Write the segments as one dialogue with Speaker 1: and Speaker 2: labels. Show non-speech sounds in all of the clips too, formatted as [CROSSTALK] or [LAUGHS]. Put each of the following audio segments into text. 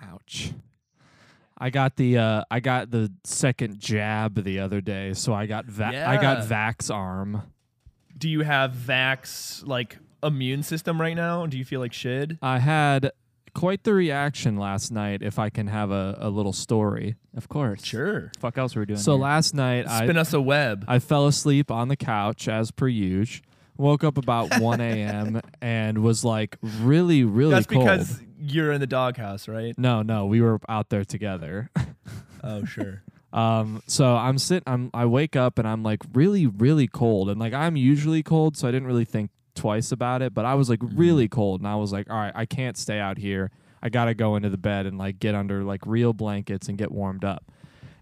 Speaker 1: Ouch. I got the uh, I got the second jab the other day, so I got va- I got
Speaker 2: Yeah.
Speaker 1: Vax arm.
Speaker 2: Do you have Vax like immune system right now? Do you feel like shit?
Speaker 1: I had quite the reaction last night. If I can have a, a little story, of course.
Speaker 2: Sure.
Speaker 3: fuck else were we doing?
Speaker 1: So
Speaker 3: here?
Speaker 1: last night I
Speaker 2: Spin us a web.
Speaker 1: I fell asleep on the couch as per usual. Woke up [LAUGHS] about 1 a.m. and was like really, really
Speaker 2: That's
Speaker 1: cold.
Speaker 2: because you're in the doghouse, right?
Speaker 1: no, no, we were out there together.
Speaker 2: Oh, sure.
Speaker 1: Um, so I'm sit I'm I wake up and I'm like really, really cold. And like I'm usually cold, so I didn't really think twice about it, but I was like really cold and I was like, all right, I can't stay out here. I gotta go into the bed and like get under like real blankets and get warmed up.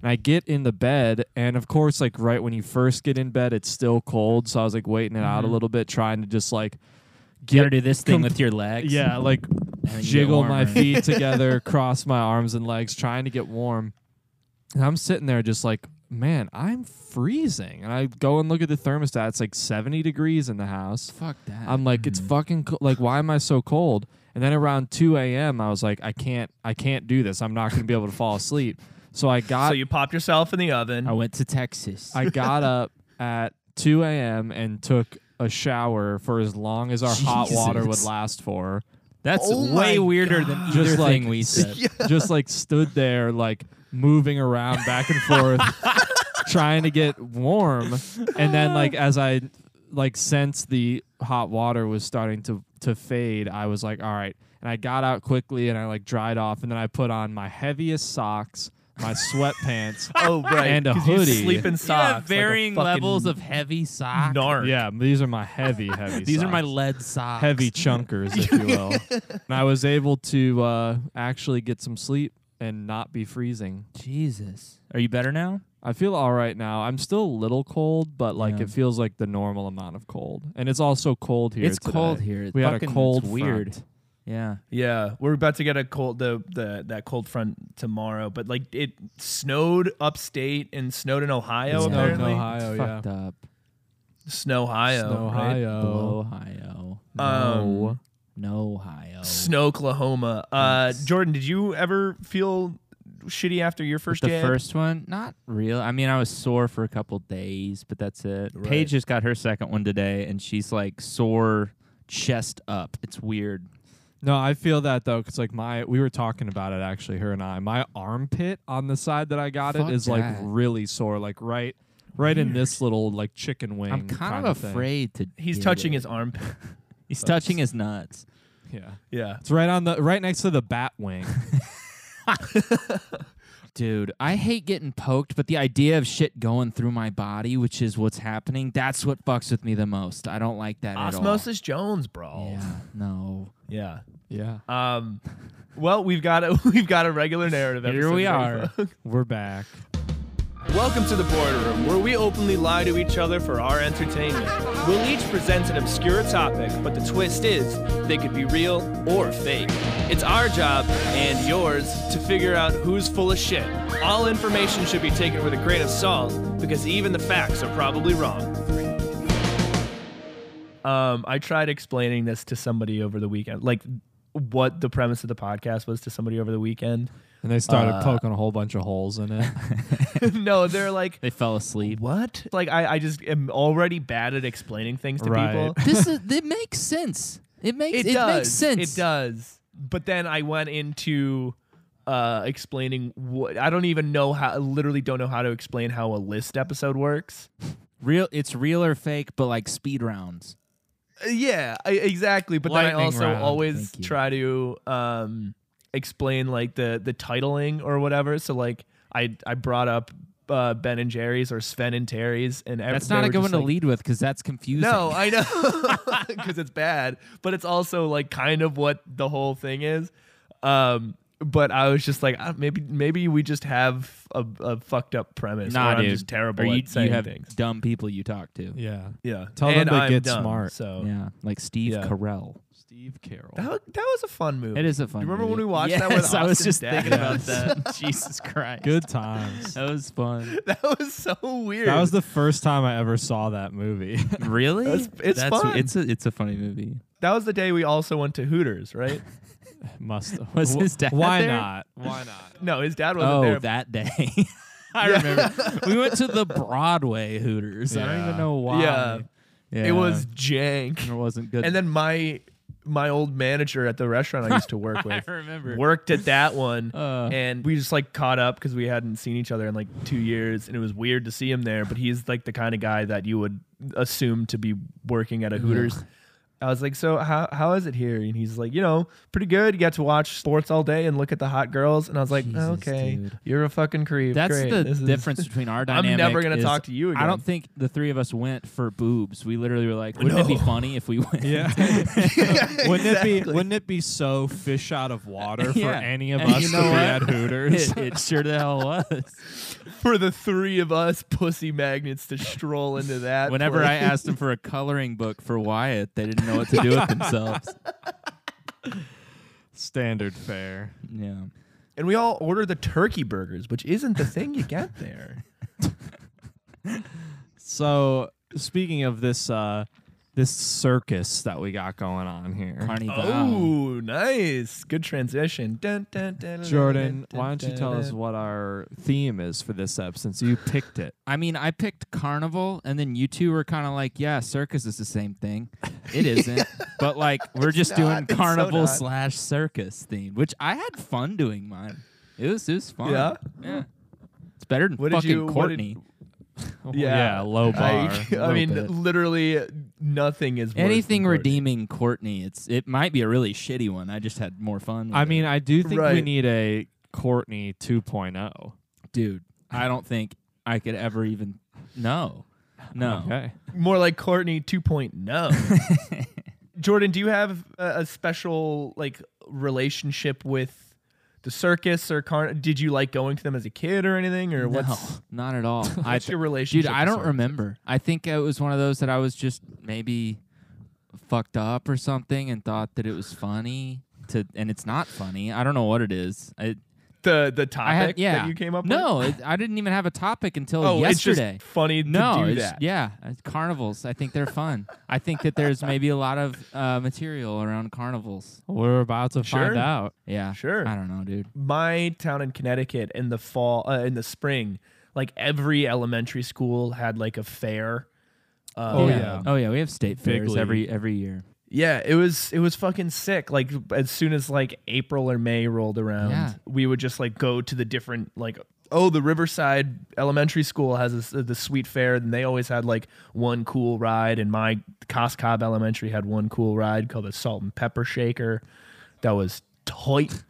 Speaker 1: And I get in the bed, and of course, like right when you first get in bed, it's still cold. So I was like waiting it out a little bit, trying to just like
Speaker 3: you gotta do this thing
Speaker 1: com-
Speaker 3: with your
Speaker 1: [LAUGHS]
Speaker 3: legs.
Speaker 1: yeah, like
Speaker 3: then you get
Speaker 1: jiggle
Speaker 3: warm,
Speaker 1: my
Speaker 3: right?
Speaker 2: [LAUGHS]
Speaker 1: feet together, cross my arms and legs, trying to get warm. And I'm sitting there just like, man, I'm freezing. And I go and look at the thermostat. It's like 70 degrees in the house.
Speaker 3: Fuck that.
Speaker 1: I'm like,
Speaker 2: Mm-hmm.
Speaker 1: it's fucking co- like, why am I so cold? And then around 2 a.m., I was like, I can't, I can't do this. I'm not going to be able to fall asleep. So
Speaker 2: [LAUGHS]
Speaker 1: I got
Speaker 2: so you popped yourself in the oven.
Speaker 3: I went to Texas.
Speaker 1: I got up at 2 a.m. and took a shower for as long as our hot water would
Speaker 3: Jesus.
Speaker 1: last for.
Speaker 3: That's
Speaker 2: Oh
Speaker 3: way
Speaker 2: my
Speaker 3: weirder than
Speaker 2: God.
Speaker 3: either
Speaker 1: Just like- [LAUGHS]
Speaker 3: thing we said.
Speaker 1: Just like stood there, like moving around back and
Speaker 3: [LAUGHS]
Speaker 1: forth, trying to get warm. And then, like, as I like sensed the hot water was starting to to fade, I was like, all right. And I got out quickly and I like dried off. And then I put on my heaviest socks, my
Speaker 3: [LAUGHS]
Speaker 1: sweatpants.
Speaker 2: [LAUGHS] oh, right.
Speaker 1: And a
Speaker 2: 'cause you
Speaker 1: hoodie.
Speaker 2: Sleep in
Speaker 3: You
Speaker 2: socks.
Speaker 3: have varying
Speaker 2: like a fucking
Speaker 3: levels of heavy sock.
Speaker 2: narc.
Speaker 1: yeah, these are my heavy, heavy.
Speaker 3: These are my
Speaker 1: socks.
Speaker 3: lead socks.
Speaker 1: heavy chunkers, if you
Speaker 3: [LAUGHS]
Speaker 1: will. and I was able to uh, actually get some sleep and not be freezing.
Speaker 3: Jesus. Are you better now?
Speaker 1: I feel all right now. I'm still a little cold, but like
Speaker 3: Yeah.
Speaker 1: it feels like the normal amount of cold. And it's also cold here.
Speaker 3: It's
Speaker 1: today.
Speaker 3: cold here. It's
Speaker 1: we had a
Speaker 3: fucking-
Speaker 1: cold
Speaker 3: it's weird.
Speaker 1: front.
Speaker 3: Yeah.
Speaker 2: Yeah, we're about to get a cold the the that cold front tomorrow, but like it snowed upstate and snowed in Ohio.
Speaker 3: It snowed in
Speaker 2: apparently,
Speaker 1: Ohio,
Speaker 3: it's fucked up.
Speaker 2: snow Ohio,
Speaker 1: Snow
Speaker 3: Blow
Speaker 1: Ohio.
Speaker 3: Ohio.
Speaker 2: Um,
Speaker 1: No.
Speaker 3: No Ohio.
Speaker 2: snow Oklahoma. Oh. Uh,
Speaker 3: Thanks.
Speaker 2: Jordan, did you ever feel shitty after your first
Speaker 3: the
Speaker 2: jab?
Speaker 3: first one, not real. I mean, I was sore for a couple days, but that's it.
Speaker 2: Right.
Speaker 3: Paige just got her second one today, and she's like sore chest up. It's weird.
Speaker 1: No, I feel that though, because like my we were talking about it actually, her and I. My armpit on the side that I got
Speaker 3: Fuck
Speaker 1: it is like
Speaker 3: that.
Speaker 1: really sore, like right, right in this little like chicken wing.
Speaker 3: I'm kind,
Speaker 1: kinda
Speaker 3: of
Speaker 1: thing.
Speaker 3: afraid to.
Speaker 2: He's
Speaker 3: get
Speaker 2: touching
Speaker 3: it.
Speaker 2: his
Speaker 3: [LAUGHS]
Speaker 2: armpit.
Speaker 3: He's touching his nuts.
Speaker 1: Yeah,
Speaker 2: Yeah,
Speaker 1: it's right on the right next to the bat
Speaker 3: [LAUGHS]
Speaker 1: wing.
Speaker 3: Dude, I hate getting poked, but the idea of shit going through my body, which is what's happening, that's what fucks with me the most. I don't like that
Speaker 2: Osmosis Jones,
Speaker 3: at
Speaker 2: bro.
Speaker 3: all. Yeah, no.
Speaker 2: Yeah.
Speaker 1: yeah,
Speaker 3: Uh,
Speaker 2: Um, well, we've got a [LAUGHS] we've got a regular narrative.
Speaker 3: Here
Speaker 2: episode
Speaker 3: we
Speaker 2: today,
Speaker 3: are.
Speaker 2: folks.
Speaker 1: [LAUGHS] we're back.
Speaker 2: Welcome to the Boardroom, where we openly lie to each other for our entertainment. We'll each present an obscure topic, but the twist is they could be real or fake. It's our job and yours to figure out who's full of shit. All information should be taken with a grain of salt because even the facts are probably wrong. Um, I tried explaining this to somebody over the weekend, like what the premise of the podcast was to somebody over the weekend.
Speaker 1: And they started
Speaker 3: Uh,
Speaker 1: poking a whole bunch of holes in
Speaker 3: [LAUGHS]
Speaker 1: it.
Speaker 2: no, they're like,
Speaker 3: They fell
Speaker 2: [LAUGHS]
Speaker 3: asleep.
Speaker 2: what? Like I, I just am already bad at explaining things to
Speaker 1: Right.
Speaker 2: people.
Speaker 3: this is it makes sense. It
Speaker 2: [LAUGHS]
Speaker 3: makes
Speaker 2: It,
Speaker 3: it,
Speaker 2: does.
Speaker 3: makes sense.
Speaker 2: It does. But then I went into uh explaining what I don't even know how I literally don't know how to explain how a list episode works.
Speaker 3: Real it's real or fake, but like speed rounds.
Speaker 2: Uh, yeah, I, exactly, but then I
Speaker 3: Lightning
Speaker 2: also
Speaker 3: round.
Speaker 2: always
Speaker 3: Thank you.
Speaker 2: try to um explain like the the titling or whatever. So like I I brought up uh, Ben and Jerry's or Sven and Terry's and ev-
Speaker 3: That's
Speaker 2: they
Speaker 3: not a
Speaker 2: were
Speaker 3: good
Speaker 2: just
Speaker 3: one to
Speaker 2: like-
Speaker 3: lead with because that's confusing.
Speaker 2: No, I know [LAUGHS] because it's bad, but it's also like kind of what the whole thing is. Um, but I was just like, ah, maybe maybe we just have a, a fucked up premise.
Speaker 3: nah,
Speaker 2: where
Speaker 3: dude.
Speaker 2: I'm just terrible
Speaker 3: Or you,
Speaker 2: at saying
Speaker 3: you have
Speaker 2: things.
Speaker 3: dumb people you talk to.
Speaker 1: yeah.
Speaker 2: Yeah,
Speaker 1: Tell them
Speaker 2: And
Speaker 1: to
Speaker 2: I'm
Speaker 1: get
Speaker 2: dumb,
Speaker 1: smart.
Speaker 2: So
Speaker 3: Yeah, like Steve
Speaker 2: Yeah.
Speaker 3: Carell.
Speaker 1: Steve Carroll.
Speaker 2: that was, that was a fun movie.
Speaker 3: It is a fun.
Speaker 2: You remember
Speaker 3: movie.
Speaker 2: when we watched
Speaker 3: [LAUGHS] yes,
Speaker 2: that with
Speaker 3: I was
Speaker 2: Austin
Speaker 3: just
Speaker 2: Daggett?
Speaker 3: thinking about
Speaker 2: Yes.
Speaker 3: that. [LAUGHS] Jesus Christ,
Speaker 1: Good times.
Speaker 3: That was fun.
Speaker 2: [LAUGHS] That was so weird.
Speaker 1: That was the first time I ever saw that movie. [LAUGHS]
Speaker 3: Really?
Speaker 2: That's- it's fun.
Speaker 3: It's a it's a funny movie. [LAUGHS]
Speaker 2: that was the day we also went to Hooters, right?
Speaker 1: Must
Speaker 3: Was
Speaker 1: wh-
Speaker 3: his dad
Speaker 1: Why
Speaker 3: there?
Speaker 1: not? Why not?
Speaker 2: No, his dad wasn't
Speaker 3: Oh,
Speaker 2: there.
Speaker 3: that day. [LAUGHS] I remember.
Speaker 2: [LAUGHS]
Speaker 3: we went to the Broadway Hooters. I don't
Speaker 1: Yeah.
Speaker 3: even know why.
Speaker 2: Yeah.
Speaker 3: Yeah.
Speaker 2: it was jank.
Speaker 3: It wasn't good.
Speaker 2: And then my my old manager at the restaurant I used to work with
Speaker 3: [LAUGHS] I remember.
Speaker 2: worked at that one,
Speaker 3: [LAUGHS] Uh.
Speaker 2: and we just like caught up because we hadn't seen each other in like two years, and it was weird to see him there. But he's like the kind of guy that you would assume to be working at a Hooters. I was like, so how how is it here? And he's like, you know, pretty good. You got to watch sports all day and look at the hot girls. And I was like,
Speaker 3: Jesus,
Speaker 2: okay,
Speaker 3: dude.
Speaker 2: you're a fucking creep.
Speaker 3: That's
Speaker 2: Great.
Speaker 3: the
Speaker 2: This is- [LAUGHS]
Speaker 3: difference between our dynamic.
Speaker 2: never gonna
Speaker 3: is
Speaker 2: talk to you
Speaker 3: I
Speaker 2: again.
Speaker 3: don't think the three of us went for boobs. We literally were like, wouldn't it be
Speaker 2: No. [LAUGHS]
Speaker 3: funny if we
Speaker 1: [LAUGHS]
Speaker 3: went? [LAUGHS]
Speaker 1: Yeah. wouldn't it be wouldn't it be so fish out of water for
Speaker 3: Yeah.
Speaker 1: any of
Speaker 3: And
Speaker 1: us
Speaker 3: you
Speaker 1: to
Speaker 3: know
Speaker 1: be
Speaker 3: what?
Speaker 1: at
Speaker 3: [LAUGHS]
Speaker 1: Hooters?
Speaker 2: [LAUGHS]
Speaker 3: it, it sure the hell was.
Speaker 2: for the three of us pussy magnets to stroll into that.
Speaker 3: Whenever
Speaker 2: [LAUGHS]
Speaker 3: I
Speaker 2: place.
Speaker 3: asked them for a coloring book for Wyatt, they didn't know what to do
Speaker 2: [LAUGHS]
Speaker 3: with themselves.
Speaker 1: Standard fare.
Speaker 3: Yeah.
Speaker 2: And we all order the turkey burgers, which isn't the thing you get
Speaker 3: [LAUGHS]
Speaker 2: there.
Speaker 1: So speaking of this uh this circus that we got going on here.
Speaker 3: Carnival.
Speaker 2: oh, nice. Good transition. Dun, dun, dun, dun,
Speaker 1: Jordan,
Speaker 2: dun,
Speaker 1: why don't you
Speaker 2: dun,
Speaker 1: tell us
Speaker 2: dun.
Speaker 1: what our theme is for this ep since you picked it?
Speaker 3: I mean, I picked Carnival, and then you two were kind of like, "Yeah, circus is the same thing."
Speaker 2: [LAUGHS]
Speaker 3: It isn't, but like we're just
Speaker 2: not.
Speaker 3: doing
Speaker 2: It's so
Speaker 3: Carnival
Speaker 2: not.
Speaker 3: slash circus theme, which I had fun doing mine. It was it was fun.
Speaker 2: Yeah?
Speaker 3: Yeah. It's better than
Speaker 2: What did
Speaker 3: fucking
Speaker 2: you- what did-
Speaker 3: Courtney.
Speaker 2: Yeah.
Speaker 1: low bar.
Speaker 2: I, [LAUGHS] I
Speaker 1: little
Speaker 2: mean,
Speaker 1: bit.
Speaker 2: literally nothing is worse
Speaker 3: Anything
Speaker 2: than Courtney.
Speaker 3: redeeming Courtney, it's it might be a really shitty one. I just had more fun. with
Speaker 1: I
Speaker 3: it.
Speaker 1: mean, I do think we
Speaker 2: Right.
Speaker 1: need a Courtney oh. 2.0.
Speaker 3: dude, I
Speaker 2: [LAUGHS]
Speaker 3: don't think I could ever even. No, no.
Speaker 1: Okay.
Speaker 2: More like Courtney
Speaker 3: [LAUGHS]
Speaker 2: 2.0. Jordan, do you have a, a special like relationship with the circus or car? Did you like going to them as a kid or anything? Or
Speaker 3: No,
Speaker 2: what's,
Speaker 3: [LAUGHS] not
Speaker 2: [LAUGHS]
Speaker 3: at all. I
Speaker 2: what's your relationship?
Speaker 3: Dude, I
Speaker 2: with
Speaker 3: don't
Speaker 2: circus?
Speaker 3: remember. I think it was one of those that I was just maybe fucked up or something and thought that it was funny to and it's not funny. I don't know what it is. It,
Speaker 2: The, the topic
Speaker 3: I had yeah.
Speaker 2: that you came up with?
Speaker 3: no, it- I didn't even have a topic until
Speaker 2: Oh,
Speaker 3: yesterday.
Speaker 2: it's just funny to
Speaker 3: no,
Speaker 2: do
Speaker 3: it's-
Speaker 2: that.
Speaker 3: yeah, uh, carnivals. I think they're fun. I think that there's maybe a lot of uh, material around carnivals.
Speaker 1: We're about to
Speaker 2: Sure.
Speaker 1: find out.
Speaker 3: Yeah,
Speaker 2: Sure.
Speaker 3: I don't know, dude.
Speaker 2: my town in Connecticut in the fall, uh, in the spring, like every elementary school had like a fair. Um,
Speaker 1: Oh, yeah.
Speaker 3: oh yeah. We have state fairs
Speaker 1: Bigly.
Speaker 3: every every
Speaker 1: [LAUGHS]
Speaker 3: year.
Speaker 2: yeah. It was it was fucking sick. Like as soon as like April or May rolled around,
Speaker 3: Yeah.
Speaker 2: we would just like go to the different like oh the Riverside Elementary School has this, uh, the sweet fair, and they always had like one cool ride, and my Coscob Elementary had one cool ride called the Salt and Pepper Shaker, that was tight.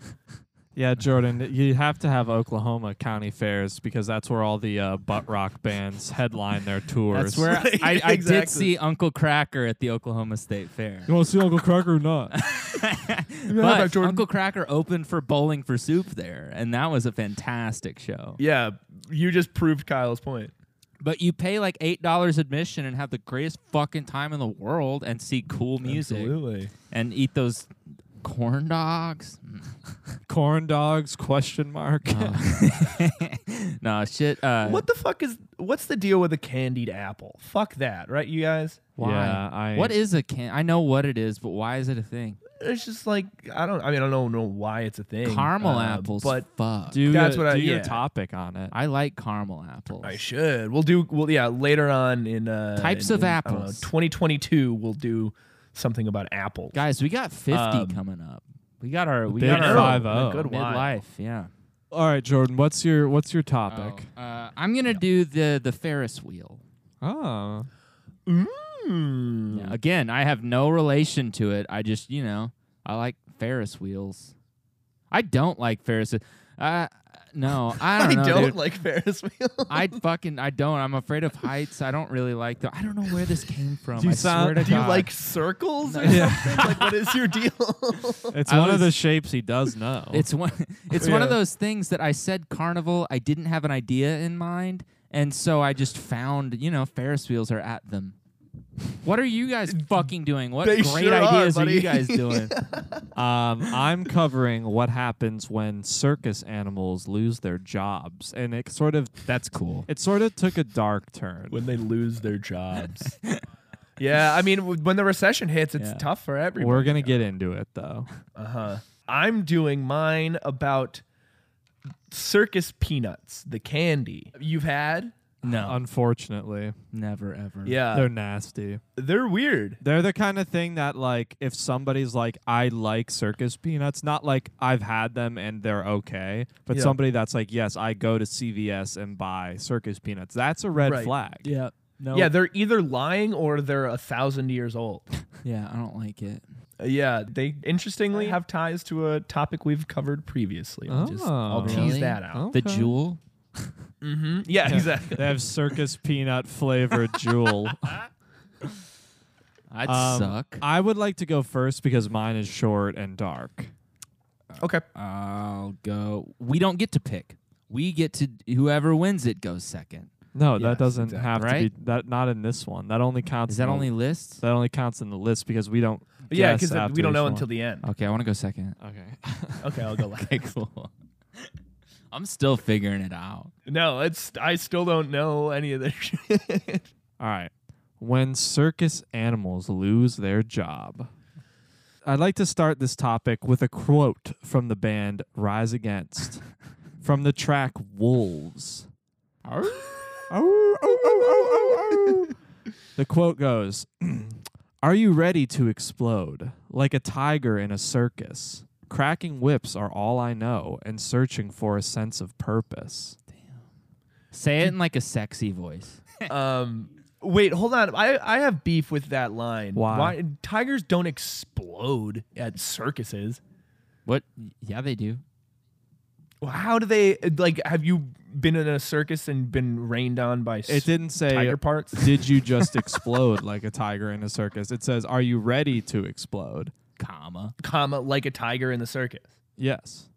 Speaker 1: Yeah, Jordan, you have to have Oklahoma County Fairs because that's where all the uh, butt rock bands headline their tours.
Speaker 3: [LAUGHS] That's where I, I, I did see Uncle Cracker at the Oklahoma State Fair.
Speaker 1: you want to see Uncle Cracker or not? [LAUGHS]
Speaker 3: but
Speaker 2: back, Jordan.
Speaker 3: Uncle Cracker opened for Bowling for Soup there, and that was a fantastic show.
Speaker 2: Yeah, you just proved Kyle's point.
Speaker 3: But you pay like eight dollars admission and have the greatest fucking time in the world and see cool music
Speaker 2: Absolutely.
Speaker 3: and eat those corn dogs. Mm.
Speaker 1: Corn dogs? Question mark.
Speaker 3: Uh, no shit. Uh,
Speaker 2: What the fuck is what's the deal with a candied apple? Fuck that, right, you guys?
Speaker 3: Why?
Speaker 1: Yeah, I-
Speaker 3: what is a can? I know what it is, but why is it a thing?
Speaker 2: It's just like I don't I mean I don't know why it's a thing.
Speaker 3: Caramel
Speaker 2: uh,
Speaker 3: apples.
Speaker 2: But
Speaker 1: [LAUGHS]
Speaker 3: fuck.
Speaker 1: Do
Speaker 2: That's
Speaker 1: your-
Speaker 2: what I-
Speaker 1: do your
Speaker 2: yeah.
Speaker 1: topic on it.
Speaker 3: I like caramel apples.
Speaker 2: I should. We'll do well yeah, later on in uh
Speaker 3: Types
Speaker 2: in-
Speaker 3: of
Speaker 2: in, I don't know,
Speaker 3: apples.
Speaker 2: 2022 we'll do something about apples.
Speaker 3: Guys, we got fifty
Speaker 2: Um,
Speaker 3: coming up. We got our we
Speaker 1: Big
Speaker 3: got our
Speaker 1: five
Speaker 2: oh.
Speaker 1: oh.
Speaker 2: Good one.
Speaker 3: midlife. Yeah.
Speaker 1: All right, Jordan, what's your what's your topic?
Speaker 3: Uh, I'm gonna do the the Ferris wheel.
Speaker 1: Oh.
Speaker 2: [LAUGHS] Mm.
Speaker 3: Yeah, Again, I have no relation to it. I just you know I like Ferris wheels. I don't like Ferris. Uh,
Speaker 2: [LAUGHS]
Speaker 3: no, I
Speaker 2: I
Speaker 3: don't know.
Speaker 2: don't
Speaker 3: dude.
Speaker 2: like Ferris
Speaker 3: [LAUGHS]
Speaker 2: wheel.
Speaker 3: I fucking I don't. I'm afraid of heights. I don't really like them. I don't know where this came from.
Speaker 1: You
Speaker 3: I
Speaker 1: sound-
Speaker 3: swear to
Speaker 2: do you
Speaker 3: God.
Speaker 2: like circles
Speaker 3: [LAUGHS]
Speaker 2: or
Speaker 1: Yeah.
Speaker 2: something? like what is your deal?
Speaker 1: It's
Speaker 3: I
Speaker 1: one of
Speaker 3: was-
Speaker 1: the shapes he does know.
Speaker 3: It's one. [LAUGHS] It's one of
Speaker 2: Yeah.
Speaker 3: those things that I said carnival. I didn't have an idea in mind, and so I just found you know Ferris wheels are at them. What are you
Speaker 2: [LAUGHS]
Speaker 3: guys fucking doing? What
Speaker 2: They
Speaker 3: great
Speaker 2: sure are,
Speaker 3: ideas you
Speaker 2: buddy. [LAUGHS]
Speaker 3: guys doing?
Speaker 1: Um, I'm covering what happens when circus animals lose their jobs, and it sort of
Speaker 3: That's cool.
Speaker 1: it sort of took a dark turn.
Speaker 2: when they lose their [LAUGHS] jobs. yeah, I mean, w- when the recession hits, it's
Speaker 3: Yeah.
Speaker 2: tough for everybody. [LAUGHS]
Speaker 1: We're gonna get into it though.
Speaker 2: Uh huh. I'm doing mine about circus peanuts, the candy you've had.
Speaker 3: No,
Speaker 1: Unfortunately,
Speaker 3: never ever.
Speaker 2: Uh, Yeah,
Speaker 1: they're nasty.
Speaker 2: they're weird.
Speaker 1: They're the kind of thing that, like, if somebody's like, I like circus peanuts, not like I've had them and they're okay, but
Speaker 2: Yeah.
Speaker 1: somebody that's like, yes, I go to CVS and buy circus peanuts, that's a red
Speaker 2: Right.
Speaker 1: flag.
Speaker 3: Yeah. No.
Speaker 2: Yeah, they're either lying or they're a thousand years [LAUGHS] old.
Speaker 3: yeah. I don't like it.
Speaker 2: yeah, they interestingly have ties to a topic we've covered previously. I'll Just, I'll
Speaker 1: Oh.
Speaker 2: tease
Speaker 3: Really?
Speaker 2: that out.
Speaker 1: Oh.
Speaker 3: The
Speaker 1: Okay.
Speaker 3: jewel.
Speaker 2: hmm Yeah, exactly.
Speaker 1: They have circus peanut flavored
Speaker 2: [LAUGHS]
Speaker 1: jewel.
Speaker 3: I'd
Speaker 1: Um,
Speaker 3: suck.
Speaker 1: I would like to go first because mine is short and dark.
Speaker 2: Okay.
Speaker 3: I'll go. We don't get to pick. We get to whoever wins it goes second.
Speaker 1: No,
Speaker 2: Yes,
Speaker 1: that doesn't have to be
Speaker 3: Right?
Speaker 1: that. Not in this one. That only counts.
Speaker 3: Is that
Speaker 1: in the-
Speaker 3: only list?
Speaker 1: that only counts in the list because we don't.
Speaker 2: Yeah,
Speaker 1: guess
Speaker 2: because
Speaker 1: after
Speaker 2: we don't
Speaker 1: each
Speaker 2: know
Speaker 1: one.
Speaker 2: until the end.
Speaker 3: Okay, I want to go second.
Speaker 1: Okay.
Speaker 2: Okay, I'll go last.
Speaker 3: Okay, cool. I'm still figuring it out.
Speaker 2: No, it's I still don't know any [LAUGHS] of this.
Speaker 1: All right. When circus animals lose their job. I'd like to start this topic with a quote from the band Rise Against from the track Wolves. [LAUGHS] The quote goes [CLEARS THROAT] Are you ready to explode like a tiger in a circus? Cracking whips are all I know and searching for a sense of purpose.
Speaker 3: Say it in like a sexy voice.
Speaker 2: um, wait, hold on. I I have beef with that line.
Speaker 1: Why?
Speaker 2: tigers don't explode at circuses?
Speaker 3: What? Yeah, they do.
Speaker 2: How do they like? Have you been in a circus and been rained on by s-
Speaker 1: It didn't say
Speaker 2: tiger parts?
Speaker 1: did you just explode like a tiger in a circus? It says, are you ready to explode?
Speaker 3: Comma.
Speaker 2: comma like a tiger in the circus.
Speaker 1: Yes.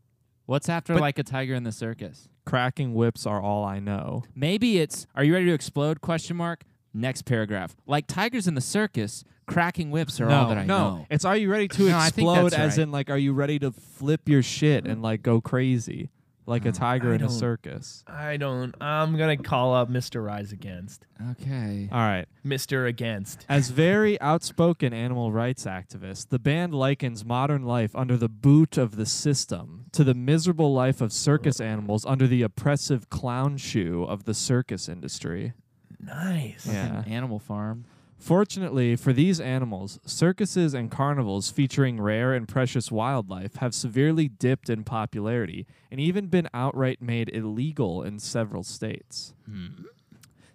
Speaker 3: What's after like a tiger in the circus?
Speaker 1: Cracking whips are all I know.
Speaker 3: Maybe it's Are you ready to explode? Question mark. Next paragraph. Like tigers in the circus, cracking whips are all that I
Speaker 1: no.
Speaker 3: know.
Speaker 1: It's are you ready to
Speaker 3: No, I think
Speaker 1: explode
Speaker 3: that's
Speaker 1: as
Speaker 3: right.
Speaker 1: in like are you ready to flip your shit and like go crazy like
Speaker 3: Mm,
Speaker 1: a tiger
Speaker 2: I
Speaker 1: in a
Speaker 2: don't-
Speaker 1: circus?
Speaker 2: I don't. I'm gonna call up Mr. Rise Against.
Speaker 3: Okay.
Speaker 1: All right.
Speaker 2: Mr. Against.
Speaker 1: As very outspoken animal rights activists, the band likens modern life under the boot of the system to the miserable life of circus animals under the oppressive clown shoe of the circus industry.
Speaker 2: Nice.
Speaker 1: Yeah.
Speaker 3: Fucking Animal Farm.
Speaker 1: Fortunately for these animals, circuses and carnivals featuring rare and precious wildlife have severely dipped in popularity and even been outright made illegal in several states.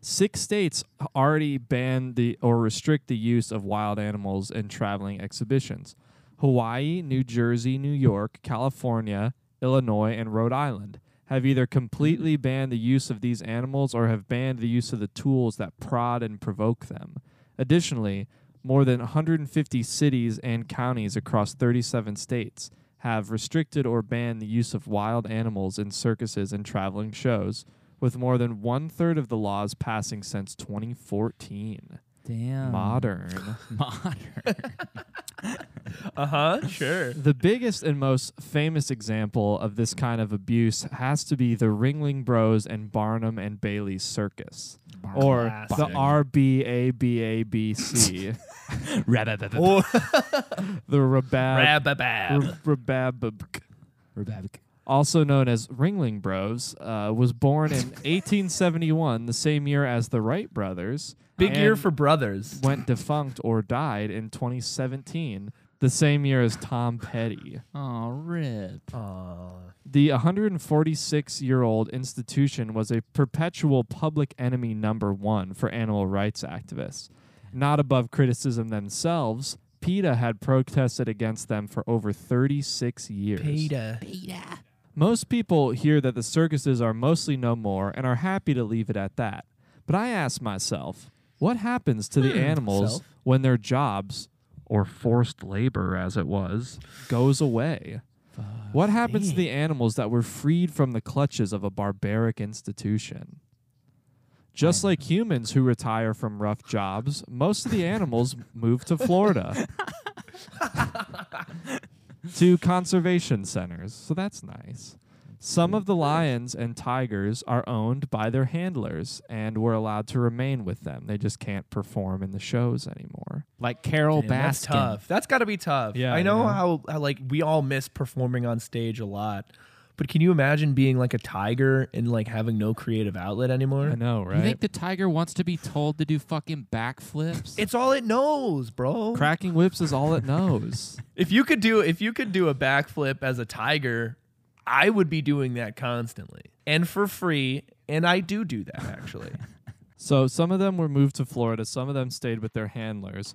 Speaker 1: Six states already ban the or restrict the use of wild animals in traveling exhibitions. Hawaii, New Jersey, New York, California, Illinois, and Rhode Island have either completely banned the use of these animals or have banned the use of the tools that prod and provoke them. Additionally, more than 150 cities and counties across 37 states have restricted or banned the use of wild animals in circuses and traveling shows, with more than one third of the laws passing since 2014.
Speaker 2: Oh.
Speaker 3: Damn.
Speaker 1: Modern.
Speaker 3: [LAUGHS] Modern.
Speaker 2: Uh huh. Sure.
Speaker 1: The biggest and most famous example of this kind of abuse has to be the Ringling Bros and Barnum and Bailey Circus, or the
Speaker 2: Classic. [LAUGHS]
Speaker 1: RBABABC,
Speaker 2: Or
Speaker 1: the Rabab,
Speaker 2: Rababab.
Speaker 1: Rab- Rabab,
Speaker 3: Rebecca.
Speaker 1: also known as Ringling Bros, uh, was born in 1871, the same year as the Wright brothers.
Speaker 2: Big year
Speaker 1: and
Speaker 2: for brothers.
Speaker 1: went defunct or died in 2017, the same year as Tom Petty.
Speaker 3: Oh, rip.
Speaker 1: The 146 year old institution was a perpetual public enemy number one for animal rights activists. Not above criticism themselves, PETA had protested against them for over 36 years. Most people hear that the circuses are mostly no more and are happy to leave it at that. But I ask myself, what happens to the animals
Speaker 2: self.
Speaker 1: when their jobs, or forced labor as it was, goes away? What happens to the animals that were freed from the clutches of a barbaric institution? Just like humans who retire from rough jobs, most of the [LAUGHS] animals move to Florida. to conservation centers. So that's nice. Some of the lions and tigers are owned by their handlers and were allowed to remain with them. They just can't perform in the shows anymore.
Speaker 3: Like Carol
Speaker 2: Damn,
Speaker 3: Baskin.
Speaker 2: that's tough. That's got to be tough.
Speaker 1: Yeah,
Speaker 2: I know,
Speaker 1: you know?
Speaker 2: How, how like we all miss performing on stage a lot, but can you imagine being like a tiger and like having no creative outlet
Speaker 1: I
Speaker 2: anymore?
Speaker 1: know, right?
Speaker 3: You think the tiger wants to be told to do fucking backflips?
Speaker 2: It's all it knows, bro.
Speaker 1: Cracking whips is all it knows.
Speaker 2: If you could do if you could do a backflip as a tiger, I would be doing that constantly and for free. And I do do that actually.
Speaker 1: So some of them were moved to Florida, some of them stayed with their handlers.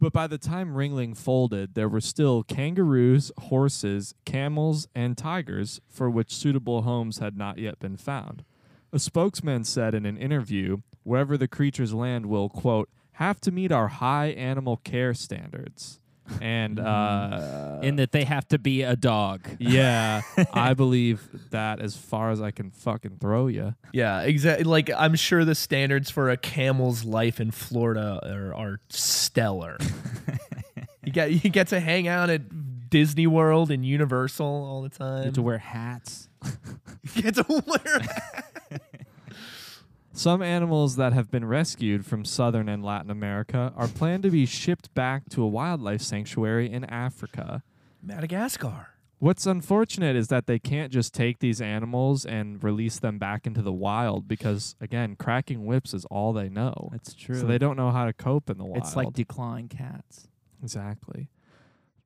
Speaker 1: But by the time Ringling folded, there were still kangaroos, horses, camels, and tigers for which suitable homes had not yet been found. A spokesman said in an interview, wherever the creatures land will, quote, have to meet our high animal care standards. And
Speaker 2: [LAUGHS]
Speaker 1: uh,
Speaker 3: [LAUGHS] in that they have to be a dog.
Speaker 1: yeah, I believe that as far as I can fucking throw you.
Speaker 2: yeah, exactly. Like I'm sure the standards for a camel's life in Florida are, are
Speaker 1: [LAUGHS]
Speaker 2: stellar. you get you get to hang out at Disney World and Universal all the time.
Speaker 3: to wear hats.
Speaker 2: Get [LAUGHS] to wear-
Speaker 1: Some animals that have been rescued from southern and Latin America are planned to be shipped back to a wildlife sanctuary in Africa.
Speaker 2: Madagascar.
Speaker 1: What's unfortunate is that they can't just take these animals and release them back into the wild because, again, cracking whips is all they know.
Speaker 3: That's true.
Speaker 1: So they don't know how to cope in the wild.
Speaker 3: it's like declawing cats.
Speaker 1: Exactly.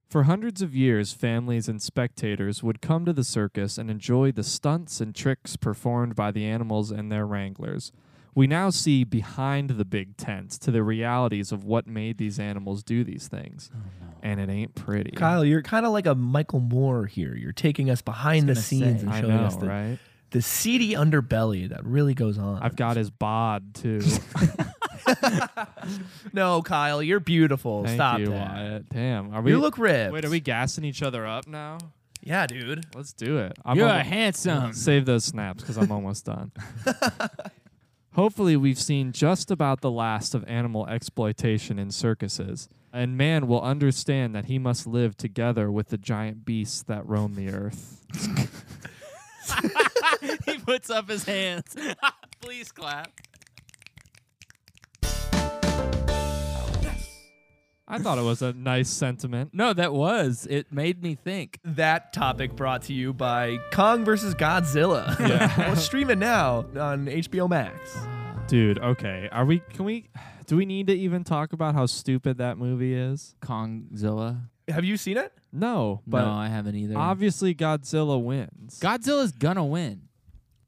Speaker 1: For hundreds of years, families and spectators would come to the circus and enjoy the stunts and tricks performed by the animals and their wranglers. We now see behind the big tents to the realities of what made these animals do these things. And it ain't pretty.
Speaker 2: Oh, Kyle, you're kind of like a Michael Moore here. You're taking us behind the
Speaker 3: was gonna
Speaker 2: scenes
Speaker 3: say.
Speaker 2: and
Speaker 1: I
Speaker 2: showing
Speaker 1: know,
Speaker 2: us the, [LAUGHS]
Speaker 1: right?
Speaker 2: the seedy underbelly that really goes on.
Speaker 1: I've got his bod
Speaker 2: [LAUGHS]
Speaker 1: too.
Speaker 2: no, Kyle, you're beautiful.
Speaker 1: Thank
Speaker 2: Stop
Speaker 1: you,
Speaker 2: that.
Speaker 1: Wyatt. Damn. Are we
Speaker 2: You look ripped.
Speaker 1: Wait, are we gassing each other up now?
Speaker 2: Yeah, dude.
Speaker 1: Let's do it. I'm
Speaker 3: You're
Speaker 1: almo- [LAUGHS]
Speaker 3: handsome.
Speaker 1: Save those snaps because I'm almost done. Hopefully, we've seen just about the last of animal exploitation in circuses, and man will understand that he must live together with the giant beasts that roam the earth.
Speaker 3: [LAUGHS] he puts up his hands. [LAUGHS] Please clap.
Speaker 1: I thought it was a nice sentiment.
Speaker 3: No, that was. It made me think.
Speaker 2: That topic brought to you by Kong versus Godzilla. [LAUGHS] Yeah. stream it now on HBO Max.
Speaker 1: Dude, okay. Are we, can we, do we need to even talk about how stupid that movie is?
Speaker 3: Kongzilla.
Speaker 2: Have you seen it?
Speaker 1: No, but
Speaker 3: no, I haven't either.
Speaker 1: obviously Godzilla wins.
Speaker 3: Godzilla's gonna win.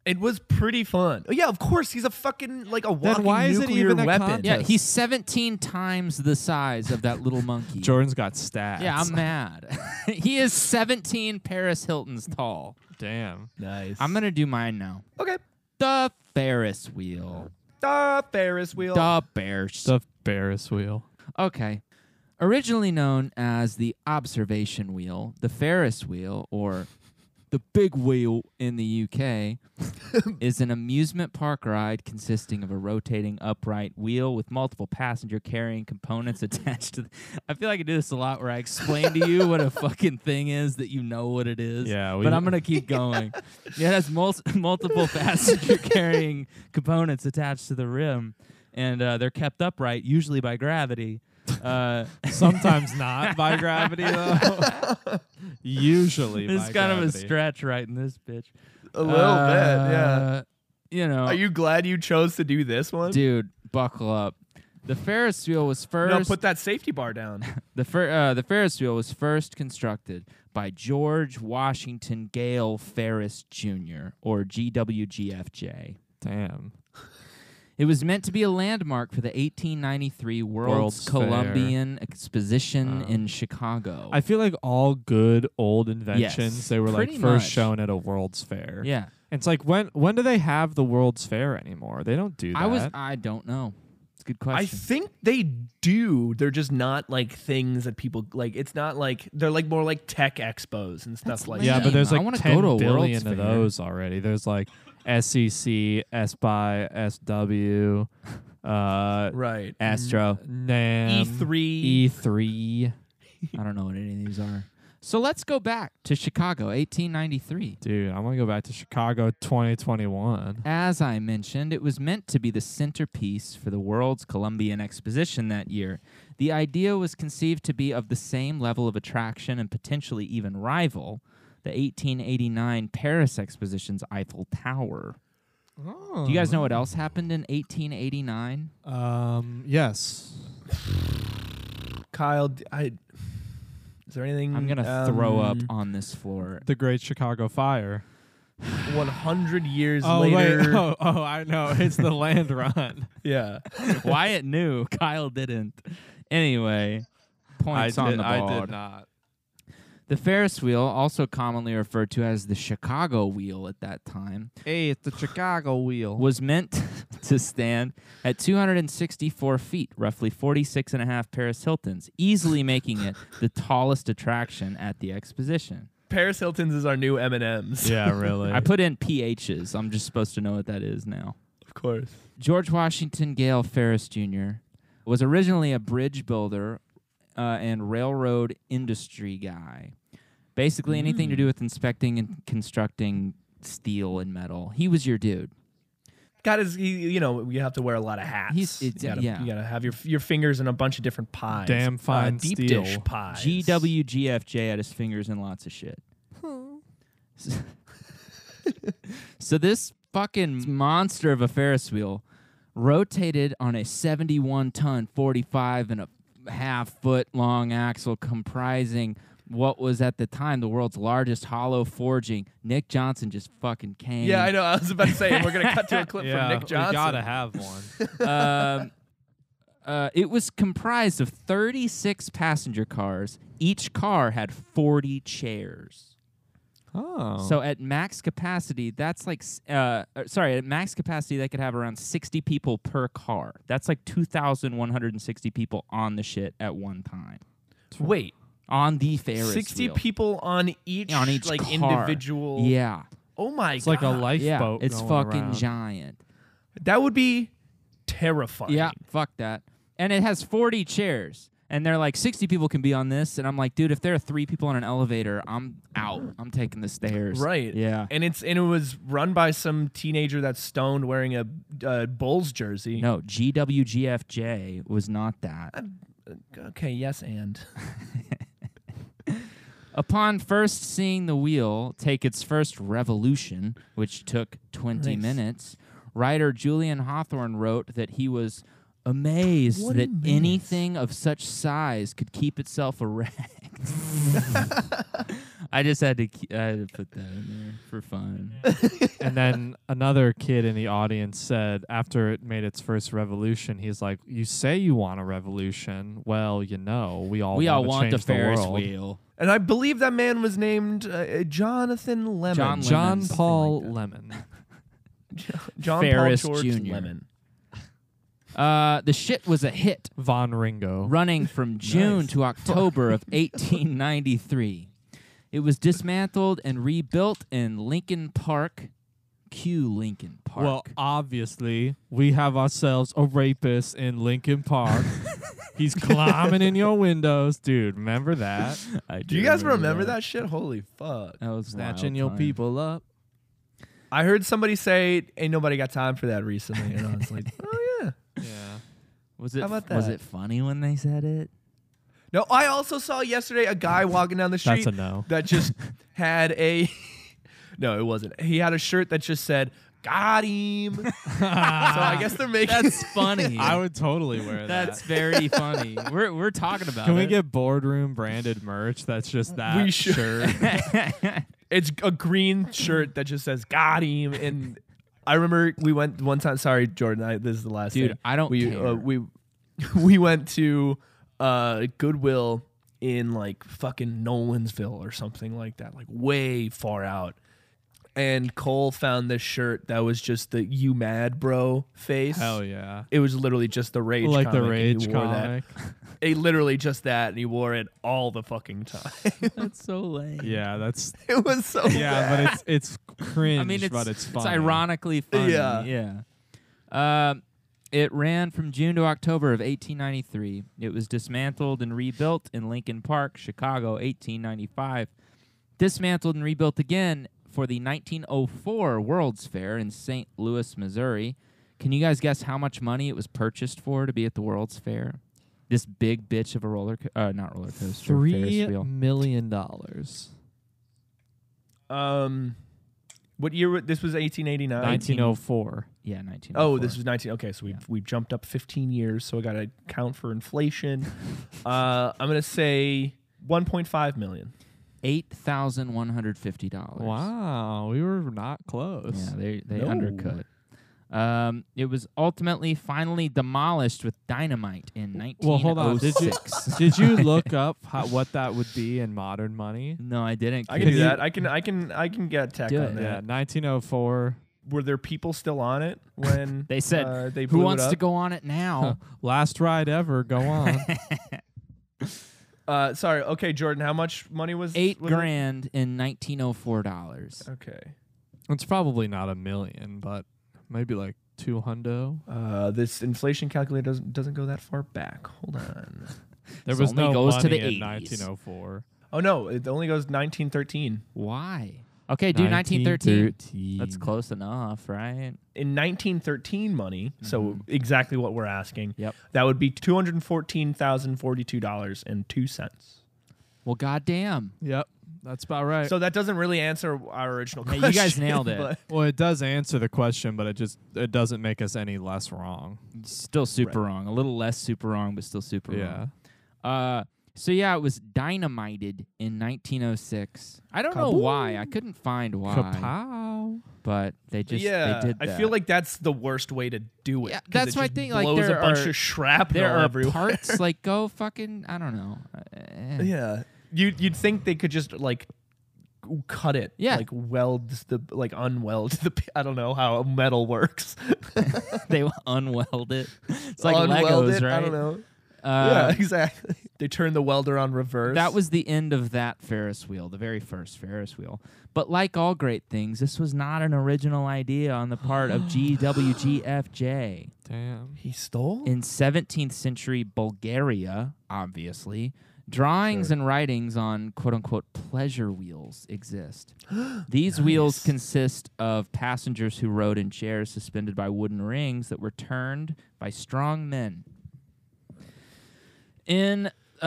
Speaker 2: It was pretty fun. Oh, yeah, of course. He's a fucking like a walking
Speaker 1: Then why is it
Speaker 2: nuclear
Speaker 1: even a
Speaker 2: weapon.
Speaker 1: contest?
Speaker 3: Yeah, he's 17 times the size of that
Speaker 1: [LAUGHS]
Speaker 3: little monkey.
Speaker 1: Jordan's got stats.
Speaker 3: Yeah, I'm mad. [LAUGHS] he is 17 Paris Hilton's tall.
Speaker 1: Damn.
Speaker 2: nice.
Speaker 3: I'm gonna do mine now.
Speaker 2: okay.
Speaker 3: The Ferris wheel.
Speaker 2: The Ferris wheel.
Speaker 3: The Bears.
Speaker 1: The Ferris wheel.
Speaker 3: Okay. Originally known as the observation wheel, the Ferris wheel, or the big wheel in the UK,
Speaker 1: [LAUGHS]
Speaker 3: is an amusement park ride consisting of a rotating upright wheel with multiple passenger carrying components attached to. The- I feel like I do this a lot where I explain to
Speaker 1: [LAUGHS]
Speaker 3: you what a fucking thing is that you know what it is.
Speaker 1: Yeah, we-
Speaker 3: but I'm gonna
Speaker 1: [LAUGHS]
Speaker 3: keep going. yeah, it has mul- multiple passenger carrying components attached to the rim, and uh, they're kept upright usually by gravity. Uh,
Speaker 1: Sometimes [LAUGHS] not by gravity though. [LAUGHS] Usually,
Speaker 3: it's
Speaker 1: by
Speaker 3: kind of a
Speaker 1: gravity.
Speaker 3: stretch right in this bitch.
Speaker 2: a little bit,
Speaker 3: uh,
Speaker 2: yeah.
Speaker 3: You know,
Speaker 2: Are you glad you chose to do this one?
Speaker 3: dude, buckle up. The Ferris wheel was first.
Speaker 2: no, put that safety bar down.
Speaker 3: The, fer- uh, the Ferris wheel was first constructed by George Washington Gale Ferris Jr., or GWGFJ.
Speaker 1: Damn.
Speaker 3: It was meant to be a landmark for the 1893 World's,
Speaker 1: World's Fair.
Speaker 3: Columbian Exposition
Speaker 1: Oh.
Speaker 3: in Chicago.
Speaker 1: I feel like all good old inventions
Speaker 3: Yes,
Speaker 1: they were like
Speaker 3: pretty
Speaker 1: first
Speaker 3: much.
Speaker 1: shown at a World's Fair.
Speaker 3: yeah,
Speaker 1: It's like when when do they have the World's Fair anymore? They don't do that.
Speaker 3: I was. I don't know. It's a good
Speaker 2: I
Speaker 3: question.
Speaker 2: think they do. They're just not like things that people like. It's not like they're like more like tech expos and stuff
Speaker 3: That's
Speaker 2: like
Speaker 1: yeah,
Speaker 2: that.
Speaker 1: but there's
Speaker 3: I
Speaker 1: like
Speaker 3: wanna go
Speaker 1: 10
Speaker 3: to a
Speaker 1: billion
Speaker 3: World's
Speaker 1: of
Speaker 3: Fair.
Speaker 1: those already. There's like SEC, S by SW, uh,
Speaker 2: Right.
Speaker 3: Astro.
Speaker 1: NAM,
Speaker 3: Um, E
Speaker 2: E3.
Speaker 1: E3.
Speaker 3: I don't know what any of these are. So let's go back to Chicago, 1893.
Speaker 1: Dude, I'm going to go back to Chicago 2021.
Speaker 3: As I mentioned, it was meant to be the centerpiece for the world's Columbian Exposition that year. The idea was conceived to be of the same level of attraction and potentially even rival the 1889 Paris Exposition's Eiffel Tower.
Speaker 1: Oh.
Speaker 3: Do you guys know what else happened in 1889?
Speaker 1: Um, yes.
Speaker 2: Kyle, d- I is there anything um,
Speaker 3: I'm going to throw up on this floor. [LAUGHS]
Speaker 1: The Great Chicago Fire.
Speaker 2: 100 years
Speaker 1: [LAUGHS]
Speaker 2: later.
Speaker 3: [LAUGHS]
Speaker 1: Oh, oh, I know. It's the land run.
Speaker 2: [LAUGHS] Yeah.
Speaker 3: Wyatt knew, Kyle didn't. Anyway, points on the board.
Speaker 1: not.
Speaker 3: The Ferris wheel, also commonly referred to as the Chicago wheel at that time,
Speaker 1: [LAUGHS] Hey, it's the Chicago [LAUGHS] wheel.
Speaker 3: was meant [LAUGHS] to stand at 264 feet, roughly 46 and a half Paris Hiltons, easily
Speaker 1: [LAUGHS]
Speaker 3: making it the tallest attraction at the exposition.
Speaker 2: Paris Hilton's is our new M&M's. [LAUGHS]
Speaker 1: Yeah, really.
Speaker 3: I put in PHs. I'm just supposed to know what that is now.
Speaker 2: Of course.
Speaker 3: George Washington Gale Ferris Jr. was originally a bridge builder uh, and railroad industry guy. Basically, anything to do with inspecting and constructing steel and metal. He was your dude.
Speaker 2: Got his, he- you know, you have to wear a lot of hats.
Speaker 3: He's- it's-
Speaker 2: you gotta,
Speaker 3: yeah.
Speaker 2: You gotta have your your fingers in a bunch of different pies.
Speaker 1: Damn fine
Speaker 2: uh, deep
Speaker 1: steel.
Speaker 2: dish pies.
Speaker 3: GWGFJ had his fingers in lots of shit.
Speaker 2: Hmm.
Speaker 3: so this fucking monster of a Ferris wheel rotated on a 71 ton, 45 and a half foot long axle comprising what was at the time the world's largest hollow forging. Nick Johnson just fucking came.
Speaker 2: Yeah, I know. I was about to say we're gonna cut to a clip
Speaker 3: [LAUGHS]
Speaker 2: from Nick
Speaker 1: You
Speaker 2: Johnson.
Speaker 1: gotta have one.
Speaker 3: um, uh, it was comprised of 36 passenger cars. Each car had 40 chairs.
Speaker 1: [LAUGHS] oh.
Speaker 2: Um,
Speaker 3: So at max capacity, that's like, s- uh, uh, sorry, at max capacity, they could have around 60 people per car. That's like 2,160 people on the shit at one time.
Speaker 2: Wait,
Speaker 3: On the Ferris
Speaker 2: 60
Speaker 3: wheel.
Speaker 2: people on each
Speaker 3: on each
Speaker 2: like
Speaker 3: car.
Speaker 2: individual.
Speaker 3: Yeah.
Speaker 2: Oh my
Speaker 1: it's
Speaker 2: god.
Speaker 1: like a
Speaker 3: Yeah.
Speaker 1: lifeboat.
Speaker 3: it's
Speaker 1: going
Speaker 3: fucking
Speaker 1: around.
Speaker 3: giant.
Speaker 2: That would be terrifying.
Speaker 3: Yeah, fuck that. And it has 40 chairs. And they're like, 60 people can be on this. And I'm like, dude, if there are three people on an elevator, I'm out. I'm taking the stairs.
Speaker 2: Right.
Speaker 3: Yeah.
Speaker 2: And it's and it was run by some teenager that's stoned wearing a uh, Bulls jersey.
Speaker 3: No, GWGFJ was not that.
Speaker 2: Okay. Yes, and [LAUGHS]
Speaker 3: Upon first seeing the wheel take its first revolution, which took 20
Speaker 2: Nice.
Speaker 3: minutes, writer Julian Hawthorne wrote that he was amazed
Speaker 2: What a
Speaker 3: that
Speaker 2: mess.
Speaker 3: anything of such size could keep itself erect. I just had to, ke- I had to put that in there for fun.
Speaker 1: And [LAUGHS] then another kid in the audience said, after it made its first revolution, he's like, "You say you want a revolution. Well, you know, we all
Speaker 3: we
Speaker 1: wanna
Speaker 3: all want the
Speaker 1: change
Speaker 3: Ferris
Speaker 1: world."
Speaker 3: wheel.
Speaker 2: and I believe that man was named uh, uh, Jonathan Lemon.
Speaker 3: John Lemon.
Speaker 1: John
Speaker 3: something
Speaker 1: Paul
Speaker 3: like that.
Speaker 1: Lemon.
Speaker 2: John
Speaker 3: Ferris
Speaker 2: Paul George
Speaker 3: Jr..
Speaker 2: Lemon.
Speaker 3: Uh, the shit was a hit.
Speaker 1: Von Ringo.
Speaker 3: running from June
Speaker 2: Nice.
Speaker 3: [LAUGHS] to October of 1893. It was dismantled and rebuilt in Lincoln Park, Q Lincoln Park.
Speaker 1: Well,
Speaker 3: [LAUGHS]
Speaker 1: obviously, we have ourselves a rapist in Lincoln [LAUGHS] Park. He's climbing in your windows, dude. Remember that?
Speaker 3: I
Speaker 2: Do you guys remember that shit? Holy fuck!
Speaker 3: That was
Speaker 1: Snatching
Speaker 3: wild
Speaker 1: your
Speaker 3: time.
Speaker 1: people up.
Speaker 2: I heard somebody say, "Ain't nobody got time for that" recently, and I was
Speaker 3: [LAUGHS]
Speaker 2: like, "Oh yeah."
Speaker 1: Yeah.
Speaker 3: Was it
Speaker 2: How about
Speaker 3: was
Speaker 2: that?
Speaker 3: it funny when they said it?
Speaker 2: No, I also saw yesterday a guy walking down the street
Speaker 1: That's a no.
Speaker 2: [LAUGHS] that just had a. [LAUGHS] no, it wasn't. He had a shirt that just said "Got him."
Speaker 1: [LAUGHS]
Speaker 2: so I guess they're making.
Speaker 3: [LAUGHS] That's [LAUGHS] funny.
Speaker 1: I would totally wear
Speaker 3: That's
Speaker 1: that.
Speaker 3: very funny. We're we're talking
Speaker 1: [LAUGHS]
Speaker 3: about
Speaker 1: Can we
Speaker 3: it.
Speaker 1: get boardroom branded merch that's just that
Speaker 2: We should.
Speaker 1: shirt?
Speaker 2: [LAUGHS] it's a green shirt that just says "Got him," and I remember we went one time. Sorry, Jordan. I, this is the last.
Speaker 3: Dude,
Speaker 2: thing.
Speaker 3: I don't
Speaker 2: we,
Speaker 3: care.
Speaker 2: Uh, we [LAUGHS] we went to uh, Goodwill in like fucking Nolansville or something like that, like way far out. And Cole found this shirt that was just the "You mad, bro" face.
Speaker 1: Hell yeah.
Speaker 2: It was literally just the rage,
Speaker 1: like
Speaker 2: comic,
Speaker 1: the
Speaker 2: and he
Speaker 1: rage
Speaker 2: wore that. [LAUGHS]
Speaker 1: comic.
Speaker 2: It literally just that, and he wore it all the fucking time. [LAUGHS]
Speaker 3: [LAUGHS] That's so lame.
Speaker 1: Yeah, that's
Speaker 2: it was so
Speaker 1: yeah,
Speaker 2: bad. [LAUGHS]
Speaker 1: but it's it's cringe,
Speaker 3: I mean, it's,
Speaker 1: but it's funny.
Speaker 3: ironically funny.
Speaker 2: Yeah.
Speaker 3: Yeah. Um, It ran from June to October of 1893. It was dismantled and rebuilt in Lincoln Park, Chicago, 1895. Dismantled and rebuilt again for the 1904 World's Fair in St. Louis, Missouri. Can you guys guess how much money it was purchased for to be at the World's Fair? This big bitch of a roller, co- uh, not roller coaster,
Speaker 1: Three
Speaker 3: Ferris wheel.
Speaker 1: million dollars.
Speaker 2: Um, what year? wa- This was 1889.
Speaker 1: 1904.
Speaker 3: Yeah, 19.
Speaker 2: Oh, this was 19. Okay, so we've
Speaker 3: Yeah.
Speaker 2: we've jumped up 15 years. So I got to count for
Speaker 3: [LAUGHS]
Speaker 2: inflation. uh, I'm gonna say 1.5 million.
Speaker 3: eight thousand one hundred fifty dollars.
Speaker 1: Wow, we were not close.
Speaker 3: Yeah, they they
Speaker 2: No.
Speaker 3: undercut. Um, it was ultimately finally demolished with dynamite in 1906.
Speaker 1: Well, hold on. Did you did you look up how, what that would be in modern money?
Speaker 3: [LAUGHS] no, I didn't.
Speaker 2: I can do
Speaker 3: kid.
Speaker 2: that. I can I can I can get tech
Speaker 3: Do
Speaker 2: on
Speaker 3: it.
Speaker 2: that.
Speaker 1: Yeah, 1904.
Speaker 2: Were there people still on it when
Speaker 3: [LAUGHS] They said,
Speaker 2: uh, they
Speaker 3: Who
Speaker 2: blew it
Speaker 3: wants to
Speaker 2: up?
Speaker 3: go on it now?
Speaker 1: Last ride ever.
Speaker 3: [LAUGHS]
Speaker 1: Go on.
Speaker 2: Uh, sorry. Okay, Jordan. How much money was
Speaker 3: Eight
Speaker 2: was it?
Speaker 3: grand in 1904 dollars.
Speaker 2: Okay.
Speaker 1: it's probably not a million, but maybe like two hundo.
Speaker 2: Uh, this inflation calculator doesn't doesn't go that far back. Hold on.
Speaker 1: There
Speaker 3: This
Speaker 1: was
Speaker 3: only
Speaker 1: no
Speaker 3: goes to
Speaker 1: money
Speaker 3: the
Speaker 1: in
Speaker 3: 80s.
Speaker 1: 1904.
Speaker 2: Oh no, it only goes 1913.
Speaker 3: Why? Okay, do 1913. That's
Speaker 1: close.
Speaker 3: close enough, right?
Speaker 2: In 1913 money, so exactly what we're asking.
Speaker 3: Yep.
Speaker 2: That would be two hundred fourteen thousand forty-two dollars and two cents.
Speaker 3: Well, goddamn.
Speaker 1: Yep, that's about right.
Speaker 2: So that doesn't really answer our original
Speaker 3: Hey, you
Speaker 2: question.
Speaker 3: guys nailed
Speaker 2: [LAUGHS]
Speaker 3: it.
Speaker 2: but-
Speaker 1: well, it does answer the question, but it just it doesn't make us any less wrong.
Speaker 3: Still super wrong. A little less super wrong, but still super wrong.
Speaker 1: Yeah.
Speaker 3: Uh, so yeah, it was dynamited in 1906. I don't know why. I couldn't find why,
Speaker 1: Kapow.
Speaker 3: but they just
Speaker 2: yeah,
Speaker 3: they did.
Speaker 2: I
Speaker 3: that.
Speaker 2: feel like that's the worst way to do it.
Speaker 3: Yeah,
Speaker 2: 'cause
Speaker 3: that's
Speaker 2: it
Speaker 3: my
Speaker 2: just
Speaker 3: thing, like,
Speaker 2: blows
Speaker 3: there
Speaker 2: a bunch
Speaker 3: are-
Speaker 2: of shrapnel
Speaker 3: there are
Speaker 2: everywhere.
Speaker 3: parts like go fucking. I don't know. Uh,
Speaker 2: [LAUGHS]
Speaker 3: eh.
Speaker 2: Yeah, you you'd think they could just like w- cut it.
Speaker 3: Yeah.
Speaker 2: like weld the like unweld [LAUGHS] the. p- I don't know how metal works.
Speaker 3: [LAUGHS] they unweld it. It's like
Speaker 2: Unweld
Speaker 3: Legos,
Speaker 2: it,
Speaker 3: right?
Speaker 2: I don't know.
Speaker 3: Uh,
Speaker 2: yeah, [LAUGHS] exactly. They turn the welder on reverse.
Speaker 3: That was the end of that Ferris wheel, the very first Ferris wheel. But like all great things, this was not an original idea on the
Speaker 2: [GASPS]
Speaker 3: part of GWGFJ.
Speaker 1: Damn.
Speaker 2: he stole.
Speaker 3: in 17th century Bulgaria, obviously, drawings and writings on quote unquote pleasure wheels exist. These wheels consist of passengers who rode in chairs suspended by wooden rings that were turned by strong men. In uh,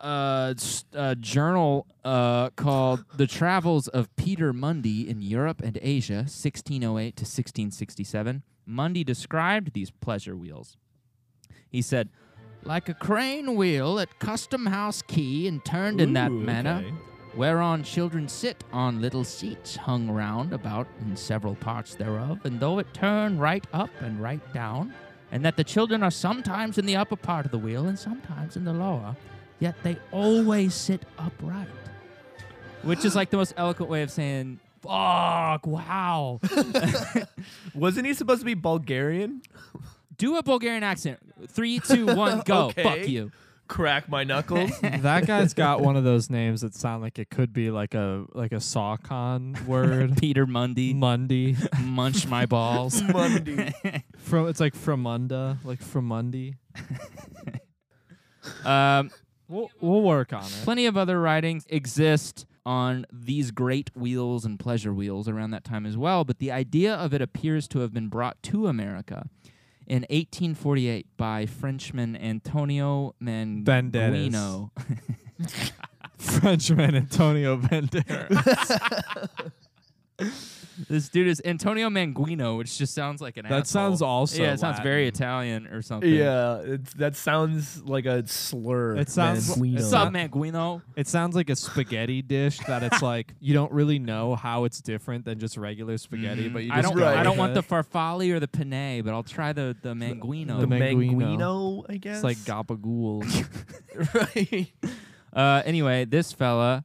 Speaker 3: uh, s- a journal uh, called The Travels of Peter Mundy in Europe and Asia, 1608 to 1667, Mundy described these pleasure wheels. He said, like a crane wheel at Custom House Quay and turned in that
Speaker 2: Ooh,
Speaker 3: manner,
Speaker 2: okay.
Speaker 3: whereon children sit on little seats hung round about in several parts thereof, and though it turn right up and right down, and that the children are sometimes in the upper part of the wheel and sometimes in the lower, yet they always sit upright. Which is like the most eloquent way of saying, fuck, wow.
Speaker 2: Wasn't he supposed to be Bulgarian?
Speaker 3: Do a Bulgarian accent. Three, two, one,
Speaker 2: [LAUGHS]
Speaker 3: go.
Speaker 2: Okay.
Speaker 3: Fuck you.
Speaker 2: Crack my knuckles.
Speaker 1: that guy's
Speaker 3: [LAUGHS]
Speaker 1: got one of those names that sound like it could be like a like a sawcon
Speaker 3: [LAUGHS]
Speaker 1: word.
Speaker 3: Peter Mundy,
Speaker 1: Mundy.
Speaker 3: munch
Speaker 2: [LAUGHS]
Speaker 3: my balls.
Speaker 2: [LAUGHS] Monday.
Speaker 1: From it's like Fromunda, like Fromundi.
Speaker 3: [LAUGHS] um,
Speaker 1: We'll, we'll work on it.
Speaker 3: plenty of other writings exist on these great wheels and pleasure wheels around that time as well, but the idea of it appears to have been brought to America in 1848 by Frenchman Antonio
Speaker 1: Banderas.
Speaker 3: Manguino.
Speaker 1: [LAUGHS]
Speaker 3: [LAUGHS]
Speaker 1: Frenchman Antonio Banderas.
Speaker 3: this dude is Antonio Manguino, which just sounds like an
Speaker 1: That sounds
Speaker 3: asshole.
Speaker 1: also
Speaker 3: Yeah, it sounds
Speaker 1: Latin.
Speaker 3: very Italian or something.
Speaker 2: yeah, it's that sounds like a slur.
Speaker 1: It sounds-
Speaker 2: Manguino.
Speaker 1: it
Speaker 3: What's up, Manguino?
Speaker 1: [LAUGHS] it sounds like a spaghetti dish that it's like you don't really know how it's different than just regular spaghetti, but you
Speaker 3: Mm-hmm. I
Speaker 1: just
Speaker 3: don't.
Speaker 1: go
Speaker 2: Right.
Speaker 3: I don't
Speaker 1: with
Speaker 3: want
Speaker 1: it.
Speaker 3: the farfalle or the penne, but I'll try the the manguino.
Speaker 1: the man-
Speaker 2: Manguino, I
Speaker 1: It's
Speaker 2: guess.
Speaker 1: like gabagool.
Speaker 2: [LAUGHS] right.
Speaker 3: uh, anyway, this fella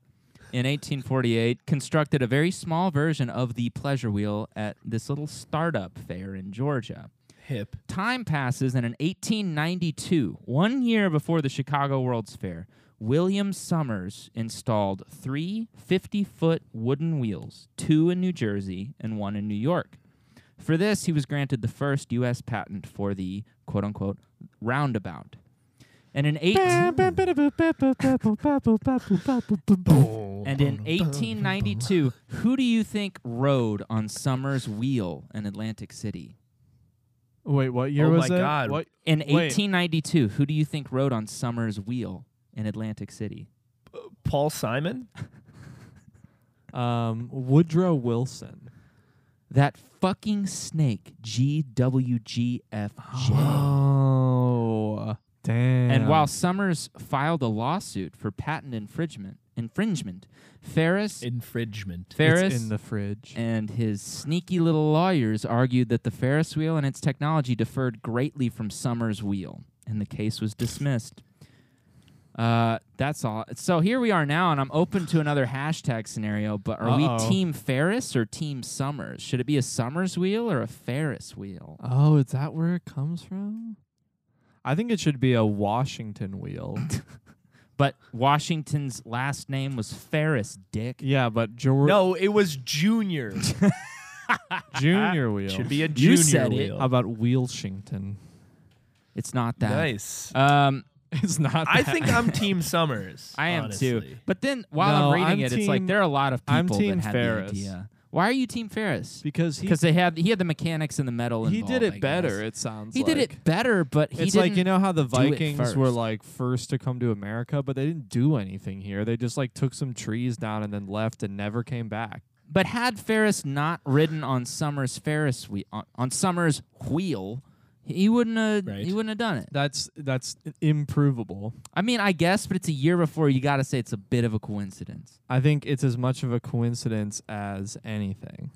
Speaker 3: in 1848 constructed a very small version of the pleasure wheel at this little startup fair in Georgia.
Speaker 2: Hip.
Speaker 3: Time passes, and in 1892, one year before the Chicago World's Fair, William Summers installed three 50 foot wooden wheels, two in New Jersey and one in New York. For this, he was granted the first U.S. patent for the quote unquote roundabout. And in, eight, and in 1892, who do you think rode on Summer's wheel in Atlantic City?
Speaker 1: Wait, what year
Speaker 2: Oh
Speaker 1: was
Speaker 2: my
Speaker 1: it?
Speaker 2: God.
Speaker 1: What?
Speaker 3: In
Speaker 1: Wait.
Speaker 3: 1892, who do you think rode on Summer's wheel in Atlantic City?
Speaker 2: Paul Simon?
Speaker 1: Um, Woodrow Wilson.
Speaker 3: That fucking snake,
Speaker 1: [GASPS]
Speaker 3: GWGFJ.
Speaker 1: [GASPS] Oh, damn.
Speaker 3: And while Summers filed a lawsuit for patent infringement, infringement, Ferris,
Speaker 2: Infringement.
Speaker 3: Ferris,
Speaker 1: it's in the fridge.
Speaker 3: and his sneaky little lawyers argued that the Ferris wheel and its technology differed greatly from Summers' wheel, and the case was dismissed. Uh, that's all. So here we are now, and I'm open to another hashtag scenario. But are we
Speaker 1: Uh-oh.
Speaker 3: Team Ferris or Team Summers? Should it be a Summers wheel or a Ferris wheel?
Speaker 1: Oh, is that where it comes from? I think it should be a Washington
Speaker 3: [LAUGHS]
Speaker 1: wheel.
Speaker 3: But Washington's last name was Ferris, Dick.
Speaker 1: yeah, but George
Speaker 2: No, it was [LAUGHS] Junior.
Speaker 1: Junior wheel.
Speaker 2: Should be a Junior
Speaker 3: You said it.
Speaker 2: wheel.
Speaker 1: How about
Speaker 3: [LAUGHS]
Speaker 1: Wheelshington?
Speaker 3: It's not that.
Speaker 2: Nice.
Speaker 3: Um,
Speaker 1: It's not.
Speaker 2: I
Speaker 1: that.
Speaker 2: think
Speaker 3: [LAUGHS]
Speaker 2: I'm Team Summers.
Speaker 3: I am too.
Speaker 2: honestly.
Speaker 3: But then while I'm
Speaker 1: No,
Speaker 3: reading
Speaker 1: I'm
Speaker 3: it, it's like
Speaker 1: team-
Speaker 3: there are a lot of people
Speaker 1: I'm team
Speaker 3: that had
Speaker 1: Ferris.
Speaker 3: the idea. Why are you Team Ferris?
Speaker 1: because he
Speaker 3: because they had he had the mechanics and the metal.
Speaker 1: he did
Speaker 3: involved, I
Speaker 1: it better.
Speaker 3: guess.
Speaker 1: It sounds.
Speaker 3: He
Speaker 1: like.
Speaker 3: did it better, but he
Speaker 1: It's
Speaker 3: didn't.
Speaker 1: like you know how the
Speaker 3: do it
Speaker 1: Vikings were
Speaker 3: first.
Speaker 1: like first to come to America, but they didn't do anything here. They just like took some trees down and then left and never came back.
Speaker 3: but had Ferris not ridden on Summers Ferris wheel on, on Summers wheel, he wouldn't have
Speaker 2: Right.
Speaker 3: he wouldn't have done it.
Speaker 1: That's that's improvable.
Speaker 3: I mean, I guess, but it's a year before. You got to say it's a bit of a coincidence.
Speaker 1: I think it's as much of a coincidence as anything.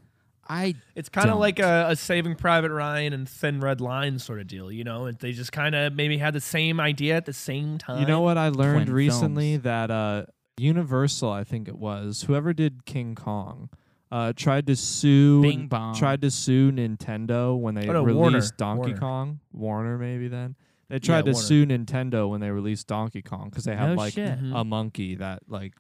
Speaker 3: I
Speaker 2: It's kind of
Speaker 3: Don't.
Speaker 2: like a, a Saving Private Ryan and Thin Red Line sort of deal, you know? And They just kind of maybe had the same idea at the same time.
Speaker 1: You know what I learned
Speaker 3: Twin
Speaker 1: recently
Speaker 3: films.
Speaker 1: that uh, Universal, I think it was whoever did King Kong, uh, tried to sue
Speaker 3: Bing Bong.
Speaker 1: tried to sue Nintendo when they
Speaker 2: Oh, no,
Speaker 1: released
Speaker 2: Warner.
Speaker 1: Donkey
Speaker 2: Warner.
Speaker 1: Kong. Warner maybe then they tried to
Speaker 2: Warner.
Speaker 1: sue Nintendo when they released Donkey Kong because they had
Speaker 3: No
Speaker 1: like
Speaker 3: shit. Mm-hmm.
Speaker 1: a monkey that like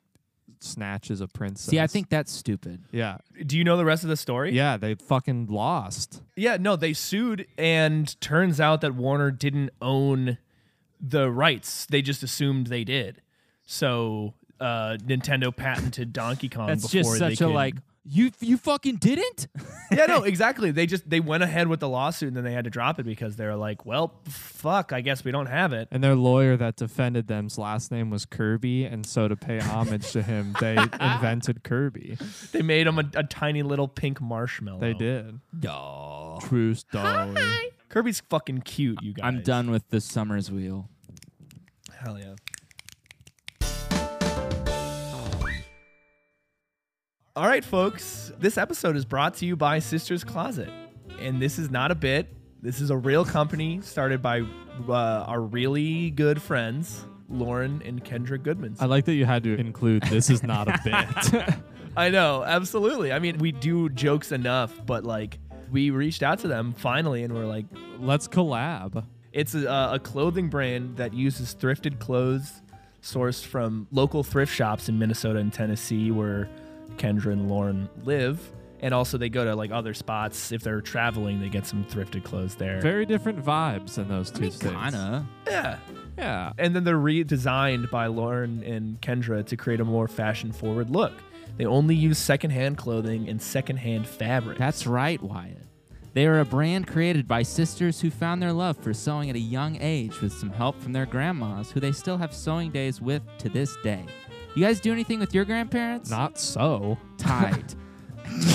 Speaker 1: snatches a princess.
Speaker 3: see. I think that's stupid.
Speaker 1: yeah,
Speaker 2: Do you know the rest of the story?
Speaker 1: yeah, they fucking lost.
Speaker 2: Yeah, no, they sued, and turns out that Warner didn't own the rights. They just assumed they did. So uh, Nintendo patented Donkey Kong.
Speaker 3: That's
Speaker 2: before
Speaker 3: just
Speaker 2: they
Speaker 3: such a
Speaker 2: could-
Speaker 3: like. You you fucking didn't.
Speaker 2: [LAUGHS] yeah, no, exactly. They just they went ahead with the lawsuit, and then they had to drop it because they're like, well, fuck, I guess we don't have it.
Speaker 1: And their lawyer that defended them's last name was Kirby, and so to pay homage to him,
Speaker 3: [LAUGHS]
Speaker 1: they invented Kirby.
Speaker 2: They made them a, a tiny little pink marshmallow.
Speaker 1: They did.
Speaker 3: No.
Speaker 1: True story.
Speaker 2: Kirby's fucking cute, you guys.
Speaker 3: I'm done with the Summers wheel.
Speaker 2: Hell yeah. All right, folks. This episode is brought to you by Sisters Closet. And this is not a bit. This is a real company started by uh, our really good friends, Lauren and Kendra Goodman.
Speaker 1: I like that you had to include this is not a [LAUGHS] bit.
Speaker 2: I know, absolutely. I mean, we do jokes enough, but like, we reached out to them finally and we're like,
Speaker 1: Let's collab.
Speaker 2: It's a, a clothing brand that uses thrifted clothes sourced from local thrift shops in Minnesota and Tennessee, where Kendra and Lauren live. And also, they go to like other spots. If they're traveling, they get some thrifted clothes there.
Speaker 1: Very different vibes in those two states.
Speaker 3: Kinda.
Speaker 2: yeah.
Speaker 1: Yeah.
Speaker 2: And then they're redesigned by Lauren and Kendra to create a more fashion forward look. They only use secondhand clothing and secondhand fabric.
Speaker 3: That's right, Wyatt. They are a brand created by sisters who found their love for sewing at a young age with some help from their grandmas, who they still have sewing days with to this day. You guys do anything with your grandparents?
Speaker 1: Not so.
Speaker 3: tied.
Speaker 2: [LAUGHS]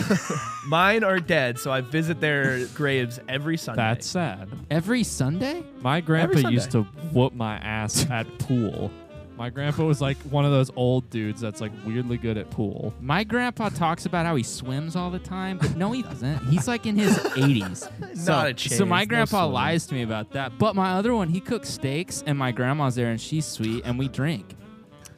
Speaker 2: Mine are dead, so I visit
Speaker 3: [LAUGHS]
Speaker 2: their graves every Sunday.
Speaker 1: That's sad.
Speaker 3: Every Sunday?
Speaker 1: My grandpa
Speaker 2: Every
Speaker 1: used to whoop my ass at pool. My grandpa was like one of those old dudes that's like weirdly good at pool.
Speaker 3: My grandpa talks about how he swims all the time, but no, he doesn't. He's like in
Speaker 2: [LAUGHS]
Speaker 3: his 80s. So,
Speaker 2: Not a chance,
Speaker 3: So my
Speaker 2: no
Speaker 3: grandpa
Speaker 2: swimming.
Speaker 3: lies to me about that. But my other one, he cooks steaks, and my grandma's there, and she's sweet, and we drink.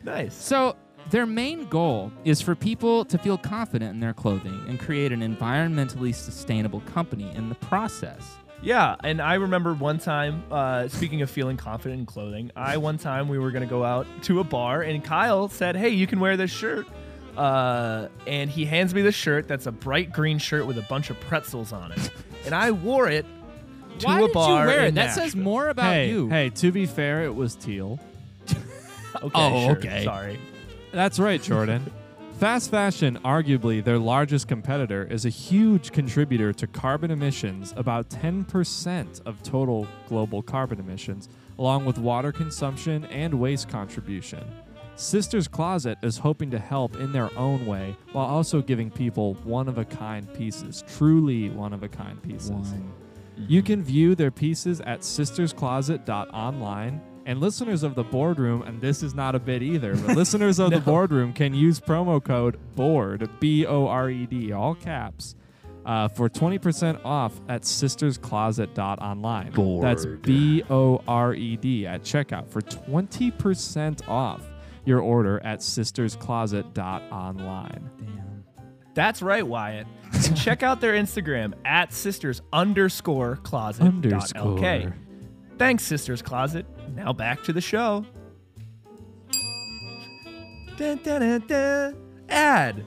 Speaker 2: nice.
Speaker 3: So, their main goal is for people to feel confident in their clothing and create an environmentally sustainable company in the process.
Speaker 2: Yeah, and I remember one time. Uh, speaking of feeling confident in clothing, I one time we were gonna go out to a bar, and Kyle said, "Hey, you can wear this shirt." Uh, and he hands me this shirt that's a bright green shirt with a bunch of pretzels on it. And I wore it to
Speaker 3: Why
Speaker 2: a
Speaker 3: did
Speaker 2: bar.
Speaker 3: you wear
Speaker 2: in
Speaker 3: it? That says
Speaker 2: Nashville.
Speaker 3: more about
Speaker 1: hey,
Speaker 3: you.
Speaker 1: hey, to be fair, it was teal.
Speaker 2: Okay,
Speaker 3: Oh,
Speaker 2: sure.
Speaker 3: okay.
Speaker 2: Sorry.
Speaker 1: That's right, Jordan. Fast fashion, arguably their largest competitor, is a huge contributor to carbon emissions, about 10% of total global carbon emissions, along with water consumption and waste contribution. Sisters Closet is hoping to help in their own way while also giving people one of a kind pieces, truly one of a kind pieces.
Speaker 3: One.
Speaker 1: You can view their pieces at sisterscloset.online. And listeners of the boardroom, and this is not a bit either, but listeners of the boardroom can use promo code BORD, B O R E D, all caps, uh, for 20% off at sisterscloset.online. That's
Speaker 4: Bored.
Speaker 1: B O R E D at checkout for 20% off your order at sisterscloset.online.
Speaker 3: Damn.
Speaker 2: That's
Speaker 1: [LAUGHS]
Speaker 2: right, Wyatt. And Check out their Instagram at sisters underscore closet. dot
Speaker 1: Underscore.
Speaker 2: LK. Thanks, Sisters Closet. Now back to the show. Dun, dun, dun, dun. Ad.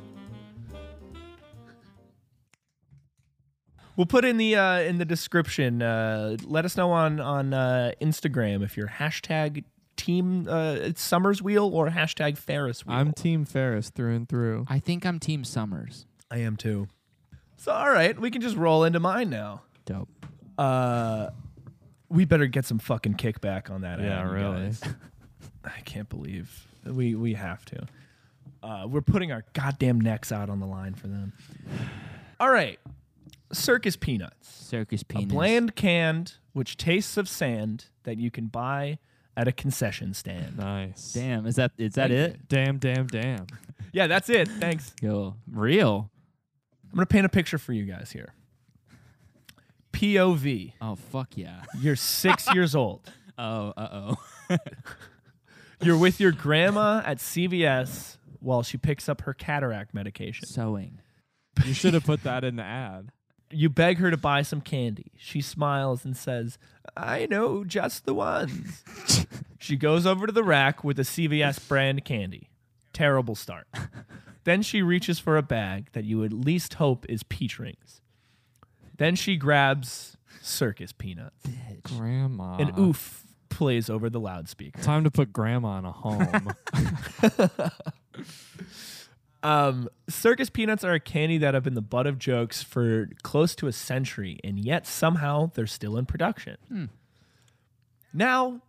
Speaker 2: We'll put in the uh, in the description. Uh, let us know on on uh, Instagram if you're hashtag Team uh, it's Summers Wheel or hashtag Ferris Wheel.
Speaker 1: I'm Team Ferris through and through.
Speaker 3: I think I'm Team Summers.
Speaker 2: I am too. So all right, we can just roll into mine now.
Speaker 3: Dope.
Speaker 2: Uh, we better get some fucking kickback on that. ad, you [LAUGHS] guys. I can't believe we we have to. Uh, we're putting our goddamn necks out on the line for them. All right, circus peanuts,
Speaker 3: Circus
Speaker 2: a
Speaker 3: penis.
Speaker 2: bland canned which tastes of sand that you can buy at a
Speaker 1: [LAUGHS]
Speaker 2: concession stand.
Speaker 1: Nice.
Speaker 3: [LAUGHS] Damn. Is that is that it?
Speaker 1: Damn, damn, damn.
Speaker 2: Yeah, that's it. Thanks.
Speaker 3: Yo, real.
Speaker 2: I'm gonna paint a picture for you guys here. POV.
Speaker 3: Oh fuck yeah.
Speaker 2: You're six years old.
Speaker 3: [LAUGHS] Oh uh oh. [LAUGHS]
Speaker 2: You're with your grandma at CVS while she picks up her cataract medication.
Speaker 3: Sewing.
Speaker 1: You should have put that in the ad.
Speaker 2: You beg her to buy some candy. She smiles and says, I know just the ones. she goes over to the rack with a CVS brand candy. Terrible start. then she reaches for a bag that you at least hope is peach rings. Then she grabs circus peanuts.
Speaker 1: Grandma.
Speaker 2: An oof plays over the loudspeaker.
Speaker 1: Time to put grandma in a home.
Speaker 2: Um, circus peanuts are a candy that have been the butt of jokes for close to a century, and yet somehow they're still in production.
Speaker 3: Hmm.
Speaker 2: Now,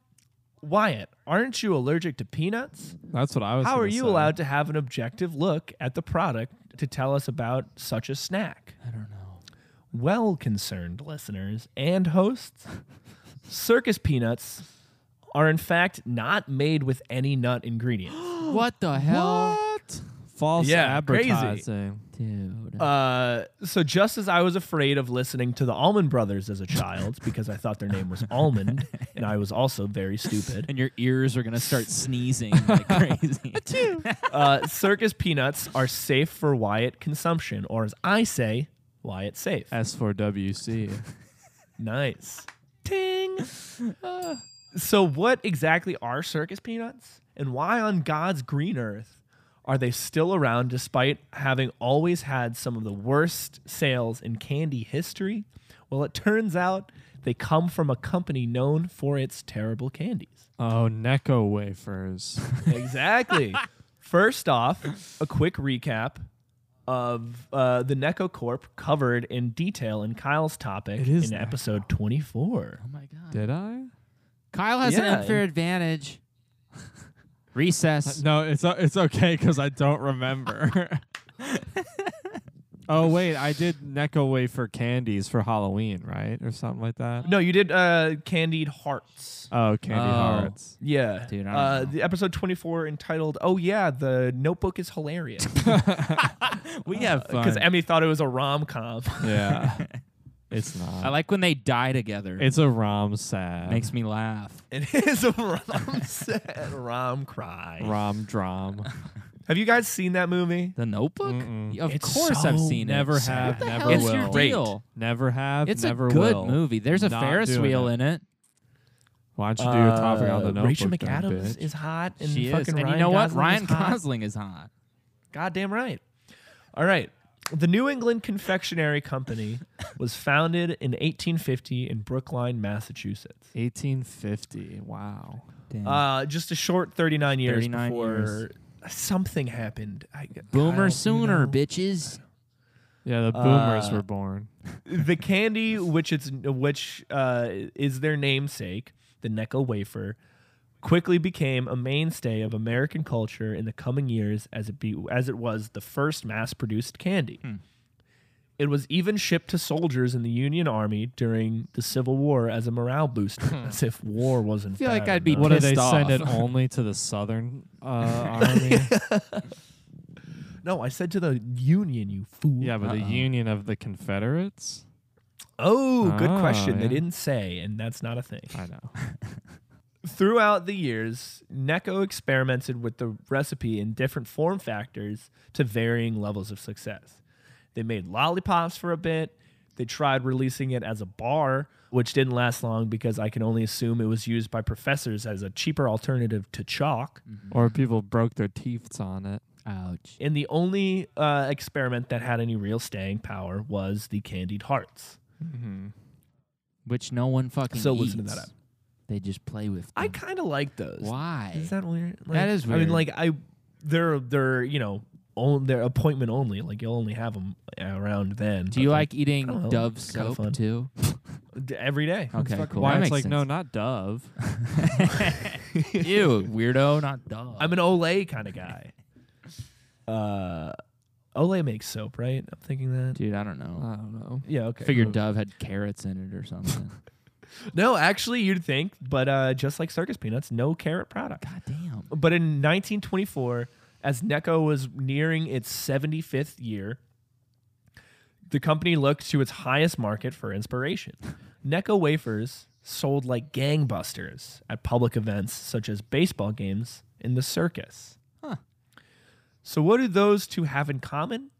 Speaker 2: Wyatt, aren't you allergic to peanuts?
Speaker 1: That's what I was.
Speaker 2: How
Speaker 1: gonna
Speaker 2: are you
Speaker 1: say.
Speaker 2: allowed to have an objective look at the product to tell us about such a snack?
Speaker 3: I don't know.
Speaker 2: Well, concerned listeners and
Speaker 3: [LAUGHS]
Speaker 2: hosts, circus peanuts are in fact not made with any nut ingredients.
Speaker 3: [GASPS] What Uh, the hell?
Speaker 1: What? False
Speaker 2: Yeah, crazy.
Speaker 1: advertising.
Speaker 3: Dude.
Speaker 2: Uh, so just as I was afraid of listening to the Almond Brothers as a child because I thought their name was Almond, and I was also very stupid.
Speaker 3: and your ears are gonna start sneezing [LAUGHS] like crazy. [LAUGHS]
Speaker 2: Uh, circus peanuts are safe for Wyatt consumption, or as I say, Wyatt safe.
Speaker 1: S4WC.
Speaker 2: Nice. Ting. Uh, so what exactly are circus peanuts, and why on God's green earth are they still around despite having always had some of the worst sales in candy history? Well, it turns out they come from a company known for its terrible candies.
Speaker 1: oh, Necco wafers.
Speaker 2: Exactly. [LAUGHS] First off, a quick recap of uh, the Necco Corp covered in detail in Kyle's topic
Speaker 1: It is
Speaker 2: in episode 24.
Speaker 3: oh my god.
Speaker 1: Did I?
Speaker 3: Kyle has
Speaker 2: Yeah,
Speaker 3: an unfair advantage. [LAUGHS]
Speaker 2: Uh,
Speaker 3: Recess.
Speaker 1: No, it's o- it's okay because I don't remember. oh wait, I did Necco wafer candies for Halloween, right, or something like that.
Speaker 2: No, you did uh, Candied Hearts.
Speaker 1: Oh, candy
Speaker 3: Oh.
Speaker 1: hearts.
Speaker 2: Yeah.
Speaker 3: Dude, I don't
Speaker 2: uh,
Speaker 3: know.
Speaker 2: The episode 24 entitled, Oh Yeah, the Notebook is Hilarious.
Speaker 3: [LAUGHS] we have
Speaker 2: Because Emmy thought it was a rom com.
Speaker 1: Yeah, it's not.
Speaker 3: I like when they die together. It
Speaker 1: it's a rom sad.
Speaker 3: makes me laugh.
Speaker 2: [LAUGHS] it is a rom [LAUGHS] sad rom cry.
Speaker 3: [LAUGHS]
Speaker 1: rom drom.
Speaker 2: Have you guys seen that movie?
Speaker 3: The Notebook?
Speaker 1: Mm-mm.
Speaker 3: Of
Speaker 2: It's
Speaker 3: course I've
Speaker 2: so
Speaker 3: seen it.
Speaker 1: Never have,
Speaker 3: What the
Speaker 1: never
Speaker 3: hell is your
Speaker 1: will.
Speaker 2: Great.
Speaker 3: deal?
Speaker 1: Never have.
Speaker 3: It's
Speaker 1: never
Speaker 3: a good
Speaker 1: will.
Speaker 3: movie. There's a
Speaker 1: Not
Speaker 3: Ferris
Speaker 1: doing
Speaker 3: wheel
Speaker 1: it.
Speaker 3: in it.
Speaker 1: Why don't you do a topic on the
Speaker 2: Uh,
Speaker 1: notebook?
Speaker 2: Rachel
Speaker 1: dumb
Speaker 2: McAdams
Speaker 1: bitch?
Speaker 2: is hot, and
Speaker 3: she is.
Speaker 2: fucking
Speaker 3: And
Speaker 2: Ryan
Speaker 3: you know what?
Speaker 2: Gosling
Speaker 3: Ryan
Speaker 2: is hot.
Speaker 3: Gosling is hot.
Speaker 2: Goddamn right. All right. The New England Confectionery Company was founded in 1850 in Brookline, Massachusetts.
Speaker 1: 1850. Wow.
Speaker 3: Damn.
Speaker 2: Uh, just a short 39 years
Speaker 3: 39
Speaker 2: before
Speaker 3: years.
Speaker 2: something happened. I, I don't-
Speaker 3: Boomer
Speaker 2: you
Speaker 3: sooner,
Speaker 2: know.
Speaker 3: bitches.
Speaker 1: Yeah, the boomers
Speaker 2: Uh,
Speaker 1: were born.
Speaker 2: the candy, which it's which uh, is their namesake, the Necco wafer, quickly became a mainstay of American culture in the coming years, as it be as it was the first mass-produced candy.
Speaker 3: Hmm.
Speaker 2: It was even shipped to soldiers in the Union Army during the Civil War as a morale booster, as if war wasn't.
Speaker 3: Hmm. feel like I'd be
Speaker 1: What do they
Speaker 3: pissed
Speaker 1: send it
Speaker 3: off. [LAUGHS]
Speaker 1: only to the southern uh, army?
Speaker 2: No, I said to the Union, you fool.
Speaker 1: Yeah, but the
Speaker 3: Uh-oh.
Speaker 1: Union of the Confederates.
Speaker 2: Oh, good
Speaker 1: Ah,
Speaker 2: question. They
Speaker 1: yeah.
Speaker 2: didn't say, and that's not a thing.
Speaker 1: I know.
Speaker 2: Throughout the years, Necco experimented with the recipe in different form factors to varying levels of success. They made lollipops for a bit. They tried releasing it as a bar, which didn't last long because I can only assume it was used by professors as a cheaper alternative to chalk.
Speaker 1: Or people broke their teeth on it.
Speaker 3: Ouch.
Speaker 2: And the only uh, experiment that had any real staying power was the candied hearts.
Speaker 3: Mm-hmm. Which no one fucking
Speaker 2: So
Speaker 3: eats.
Speaker 2: listen to that up.
Speaker 3: They just play with.
Speaker 2: I
Speaker 3: them.
Speaker 2: kind of like those.
Speaker 3: Why?
Speaker 2: Is that weird? Like,
Speaker 3: That is
Speaker 2: I mean,
Speaker 3: weird.
Speaker 2: like I, they're they're you know, on, they're appointment only. Like you'll only have them around then.
Speaker 3: Do you like
Speaker 2: I don't
Speaker 3: eating
Speaker 2: know.
Speaker 3: Dove
Speaker 2: It's kinda
Speaker 3: soap
Speaker 2: fun.
Speaker 3: too?
Speaker 2: like every day?
Speaker 3: Okay, cool.
Speaker 1: Why
Speaker 3: that
Speaker 1: it's
Speaker 3: makes
Speaker 1: like no,
Speaker 3: sense.
Speaker 1: not Dove.
Speaker 3: [LAUGHS] Ew, weirdo, not Dove.
Speaker 2: I'm an Olay kind of
Speaker 3: [LAUGHS]
Speaker 2: guy. uh, Olay makes soap, right? I'm thinking that.
Speaker 3: Dude, I don't know.
Speaker 1: I don't know.
Speaker 2: Yeah. Okay.
Speaker 3: Figured Dove had carrots in it or something.
Speaker 2: No, actually, you'd think, but uh, just like circus peanuts, no carrot product.
Speaker 3: [LAUGHS] God damn.
Speaker 2: But in 1924, as Necco was nearing its 75th year, the company looked to its highest market for inspiration. Necco wafers sold like gangbusters at public events such as baseball games and the circus.
Speaker 3: Huh.
Speaker 2: So, what do those two have in common?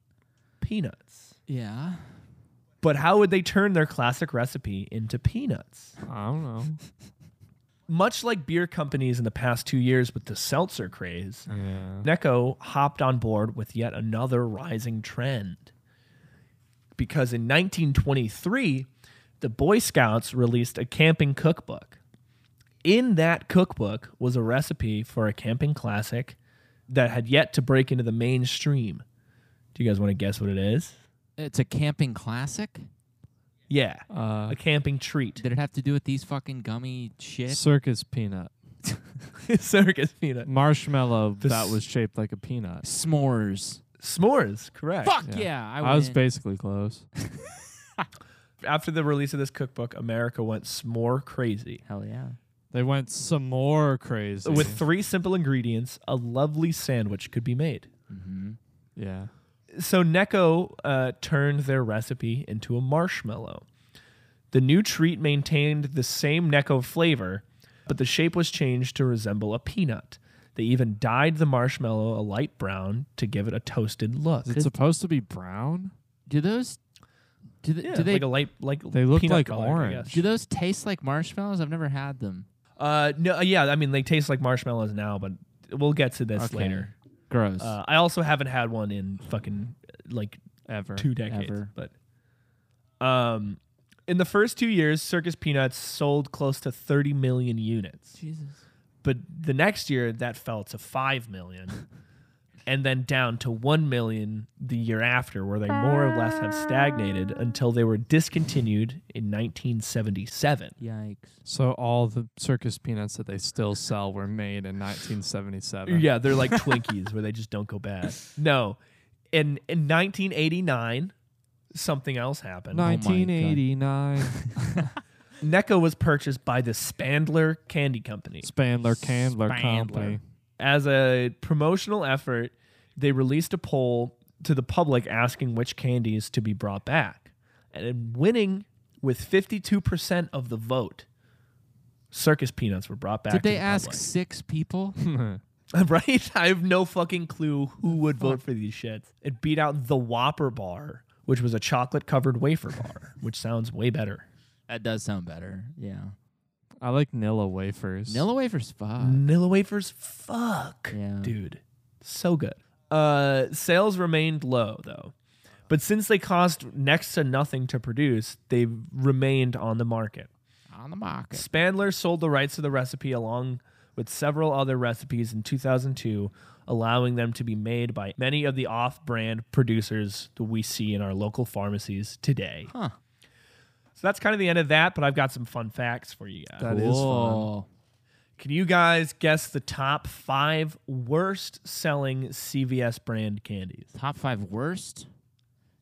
Speaker 2: Peanuts.
Speaker 3: Yeah.
Speaker 2: But how would they turn their classic recipe into peanuts?
Speaker 1: I don't know.
Speaker 2: Much like beer companies in the past two years with the seltzer craze,
Speaker 1: Yeah.
Speaker 2: Necco hopped on board with yet another rising trend. Because in 1923, the Boy Scouts released a camping cookbook. In that cookbook was a recipe for a camping classic that had yet to break into the mainstream. Do you guys want to guess what it is?
Speaker 3: It's a camping classic?
Speaker 2: Yeah,
Speaker 1: Uh,
Speaker 2: a camping treat. [LAUGHS]
Speaker 3: Did it have to do with these fucking gummy shit?
Speaker 1: circus peanut.
Speaker 2: Circus peanut.
Speaker 1: Marshmallow
Speaker 2: The
Speaker 1: that
Speaker 2: s-
Speaker 1: was shaped like a peanut.
Speaker 3: S'mores.
Speaker 2: S'mores, correct.
Speaker 3: Fuck
Speaker 1: Yeah.
Speaker 3: yeah.
Speaker 1: I,
Speaker 3: I,
Speaker 1: was
Speaker 3: win.
Speaker 1: basically close.
Speaker 2: After the release of this cookbook, America went s'more crazy.
Speaker 3: Hell yeah.
Speaker 1: They went some more crazy.
Speaker 2: With three simple ingredients, a lovely sandwich could be made.
Speaker 1: yeah.
Speaker 2: So Necco uh, turned their recipe into a marshmallow. The new treat maintained the same Necco flavor, but the shape was changed to resemble a peanut. They even dyed the marshmallow a light brown to give it a toasted look.
Speaker 1: Is it supposed to be brown?
Speaker 3: Do those do, th-
Speaker 2: Yeah,
Speaker 3: do they
Speaker 2: like a light, like
Speaker 1: They look
Speaker 2: peanut
Speaker 1: like
Speaker 2: colored, I
Speaker 1: orange.
Speaker 2: guess.
Speaker 3: do those taste like marshmallows? I've never had them.
Speaker 2: Uh, no, yeah, I mean they taste like marshmallows now, but we'll get to this
Speaker 3: Okay.
Speaker 2: later.
Speaker 3: Gross.
Speaker 2: Uh, I also haven't had one in fucking like
Speaker 1: Ever.
Speaker 2: two decades.
Speaker 3: Ever.
Speaker 2: But um, in the first two years, Circus Peanuts sold close to 30 million units.
Speaker 3: Jesus.
Speaker 2: But the next year, that fell to 5 million. and then down to 1 million the year after, where they more or less have stagnated until they were discontinued in 1977.
Speaker 3: [LAUGHS] Yikes.
Speaker 1: So all the circus peanuts that they still sell were made in 1977.
Speaker 2: Yeah, they're like Twinkies where they just don't go bad. No. In, in 1989, something else
Speaker 1: Oh
Speaker 2: happened.
Speaker 1: 1989.
Speaker 2: Necco was purchased by the Spandler Candy Company.
Speaker 1: Spandler Candler
Speaker 3: Spandler.
Speaker 1: Company.
Speaker 2: As a promotional effort, they released a poll to the public asking which candies to be brought back. And winning with 52% of the vote, circus peanuts were brought back.
Speaker 3: Did
Speaker 2: to
Speaker 3: they
Speaker 2: the
Speaker 3: ask six people?
Speaker 2: public. [LAUGHS] right? I have no fucking clue who would vote for these shits. It beat out the Whopper Bar, which was a chocolate covered wafer bar, which sounds way better.
Speaker 3: that does sound better. Yeah.
Speaker 1: I like Nilla wafers.
Speaker 3: Nilla wafers fuck.
Speaker 2: Nilla wafers, fuck,
Speaker 3: Yeah.
Speaker 2: dude, so good. Uh, sales remained low though, but since they cost next to nothing to produce, they remained on the market.
Speaker 3: on the market.
Speaker 2: Spandler sold the rights to the recipe along with several other recipes in 2002, allowing them to be made by many of the off brand producers that we see in our local pharmacies today.
Speaker 3: Huh.
Speaker 2: So that's kind of the end of that, but I've got some fun facts for you guys.
Speaker 1: That is fun.
Speaker 3: Cool.
Speaker 2: Can you guys guess the top five worst selling CVS brand candies?
Speaker 3: Top five worst.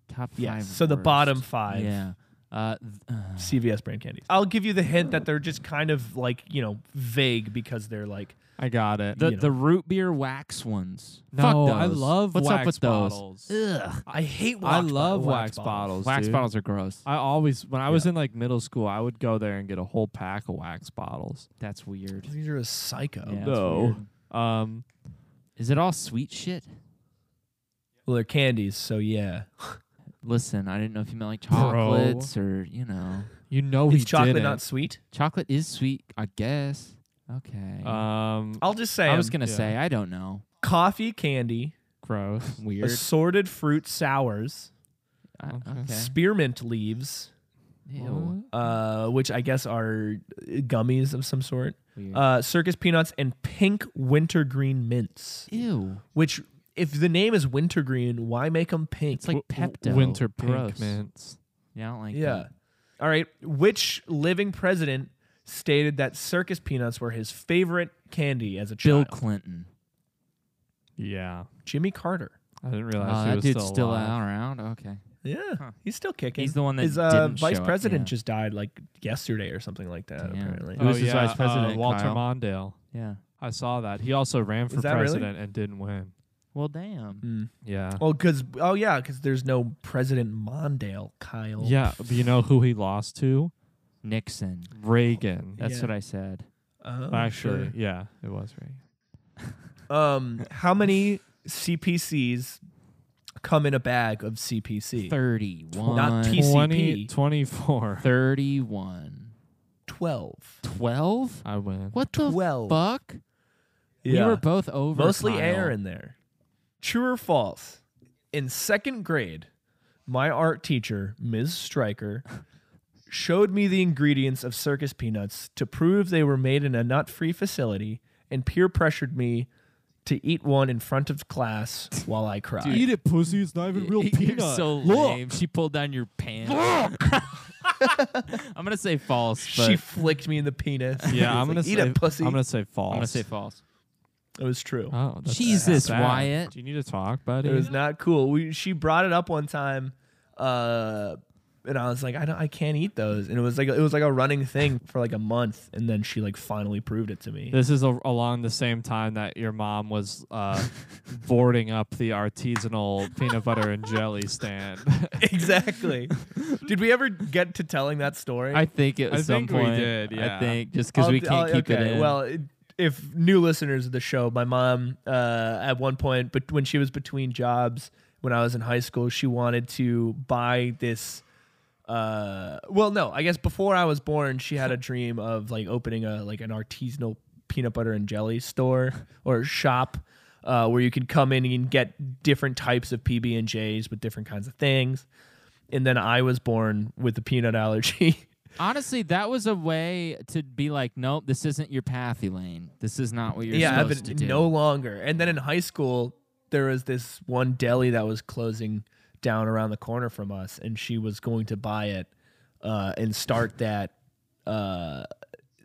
Speaker 3: Top five.
Speaker 2: Yes. So the bottom
Speaker 3: worst.
Speaker 2: five.
Speaker 3: Yeah. Uh, th- uh,
Speaker 2: CVS brand candies. I'll give you the hint that they're just kind of like, you know, vague because they're like
Speaker 1: I got it.
Speaker 3: the
Speaker 2: You know.
Speaker 3: the root beer wax ones.
Speaker 1: No,
Speaker 3: Fuck those.
Speaker 1: I love
Speaker 3: What's
Speaker 1: wax
Speaker 3: up with
Speaker 1: bottles.
Speaker 3: those? Ugh.
Speaker 2: I hate wax
Speaker 1: I love
Speaker 2: bottle-
Speaker 1: wax, bottles.
Speaker 3: Wax
Speaker 1: dude.
Speaker 3: bottles are gross.
Speaker 1: I always when I was in like middle school, I would go there and get a whole pack of wax bottles.
Speaker 3: That's weird.
Speaker 2: You're a psycho.
Speaker 3: Yeah, that's
Speaker 1: no.
Speaker 3: weird.
Speaker 1: Um
Speaker 3: Is it all sweet shit?
Speaker 2: Well, they're candies, so yeah.
Speaker 3: Listen, I didn't know if you meant like
Speaker 1: Bro.
Speaker 3: chocolates or you know,
Speaker 1: you know
Speaker 2: Is
Speaker 1: he
Speaker 2: chocolate
Speaker 1: didn't.
Speaker 2: not sweet?
Speaker 3: chocolate is sweet, I guess. Okay.
Speaker 1: um
Speaker 2: I'll just say
Speaker 3: I was
Speaker 2: them.
Speaker 3: gonna
Speaker 1: yeah.
Speaker 3: say I don't know.
Speaker 2: coffee candy,
Speaker 1: gross.
Speaker 3: Weird.
Speaker 2: assorted fruit sours,
Speaker 3: I-
Speaker 1: Okay.
Speaker 3: okay.
Speaker 2: spearmint leaves,
Speaker 3: Ew.
Speaker 2: uh, which I guess are gummies of some sort,
Speaker 3: Weird.
Speaker 2: uh, circus peanuts, and pink wintergreen mints.
Speaker 3: Ew.
Speaker 2: Which, if the name is wintergreen, why make them pink?
Speaker 3: It's like
Speaker 1: W-
Speaker 3: Pepto.
Speaker 1: Winter pink
Speaker 3: Gross.
Speaker 1: mints.
Speaker 3: Yeah, I don't like
Speaker 2: yeah.
Speaker 3: that.
Speaker 2: All right. Which living president stated that circus peanuts were his favorite candy as a
Speaker 3: Bill
Speaker 2: child?
Speaker 3: Clinton.
Speaker 1: Yeah.
Speaker 2: Jimmy Carter.
Speaker 1: I didn't
Speaker 3: Oh,
Speaker 1: realize he
Speaker 3: that
Speaker 1: was
Speaker 3: dude's
Speaker 1: still,
Speaker 3: still
Speaker 1: alive.
Speaker 3: out around. Okay.
Speaker 2: Yeah,
Speaker 3: Huh.
Speaker 2: he's still kicking.
Speaker 3: He's the one that
Speaker 2: his uh,
Speaker 3: didn't
Speaker 2: vice
Speaker 3: show up,
Speaker 2: president
Speaker 3: yeah.
Speaker 2: just died like yesterday or something like that.
Speaker 3: Damn.
Speaker 2: Apparently,
Speaker 3: Who was
Speaker 1: oh,
Speaker 3: his
Speaker 1: yeah,
Speaker 3: vice
Speaker 1: uh,
Speaker 3: president,
Speaker 1: Walter
Speaker 3: Kyle?
Speaker 1: Mondale.
Speaker 3: Yeah.
Speaker 1: I saw that. He also ran for
Speaker 2: Is that really?
Speaker 1: president and didn't win.
Speaker 3: Well, damn.
Speaker 2: Mm.
Speaker 1: Yeah.
Speaker 2: Well, because oh yeah, because there's no President Mondale, Kyle.
Speaker 1: Yeah, but you know who he lost to?
Speaker 3: Nixon.
Speaker 1: Reagan.
Speaker 3: That's
Speaker 2: Yeah.
Speaker 3: what I said.
Speaker 2: Oh,
Speaker 1: Actually, yeah, it was Reagan.
Speaker 2: sure. Um, how many CPCs come in a bag of CPC?
Speaker 3: 31.
Speaker 2: Not PC.
Speaker 1: 20,
Speaker 2: PCP.
Speaker 1: 24.
Speaker 3: 31.
Speaker 2: Twelve.
Speaker 3: 12?
Speaker 1: I win.
Speaker 3: What the
Speaker 2: Twelve.
Speaker 3: fuck? We were both over.
Speaker 2: mostly
Speaker 3: Kyle.
Speaker 2: air in there. True or false? In second grade, my art teacher, Ms. Stryker, showed me the ingredients of circus peanuts to prove they were made in a nut free facility and peer pressured me to eat one in front of class while I cried.
Speaker 1: Eat it, pussy. It's not even real
Speaker 3: [LAUGHS] You're
Speaker 1: peanut.
Speaker 3: so
Speaker 1: Look. [LAUGHS]
Speaker 3: lame. She pulled down your pants. [LAUGHS] I'm gonna say false. But
Speaker 2: she flicked me in the penis.
Speaker 1: Yeah, I'm
Speaker 2: Like,
Speaker 1: gonna
Speaker 2: eat
Speaker 1: say
Speaker 2: it, pussy.
Speaker 1: I'm gonna say false.
Speaker 3: I'm gonna say false.
Speaker 2: it was true.
Speaker 1: Oh, that's
Speaker 3: Jesus,
Speaker 1: sad.
Speaker 3: Wyatt.
Speaker 1: Do you need to talk, buddy?
Speaker 2: It was not cool. We she brought it up one time, uh, and I was like, I don't, I can't eat those. And it was like it was like a running thing for like a month, and then she like finally proved it to me.
Speaker 1: this is a, along the same time that your mom was uh, boarding up the artisanal peanut butter and jelly stand.
Speaker 2: [LAUGHS] exactly. Did we ever get to telling that story?
Speaker 3: I think at
Speaker 1: I
Speaker 3: some
Speaker 1: think we
Speaker 3: point.
Speaker 1: did,
Speaker 3: I
Speaker 1: yeah.
Speaker 3: think just because we
Speaker 2: I'll-
Speaker 3: can't
Speaker 2: I'll-
Speaker 3: keep
Speaker 2: Oh, okay,
Speaker 3: it in.
Speaker 2: Well, it- if new listeners of the show, my mom uh, at one point, but when she was between jobs, when I was in high school, she wanted to buy this. Uh, well, no, I guess before I was born, she had a dream of like opening a like an artisanal peanut butter and jelly store or shop. Uh, where you could come in and get different types of PB and J's with different kinds of things, and then I was born with a peanut allergy. [LAUGHS]
Speaker 3: honestly, that was a way to be like, nope, this isn't your path, Elaine. This is not what you're
Speaker 2: yeah,
Speaker 3: supposed
Speaker 2: but
Speaker 3: to do.
Speaker 2: no longer. And then in high school, there was this one deli that was closing down around the corner from us, and she was going to buy it uh, and start that uh,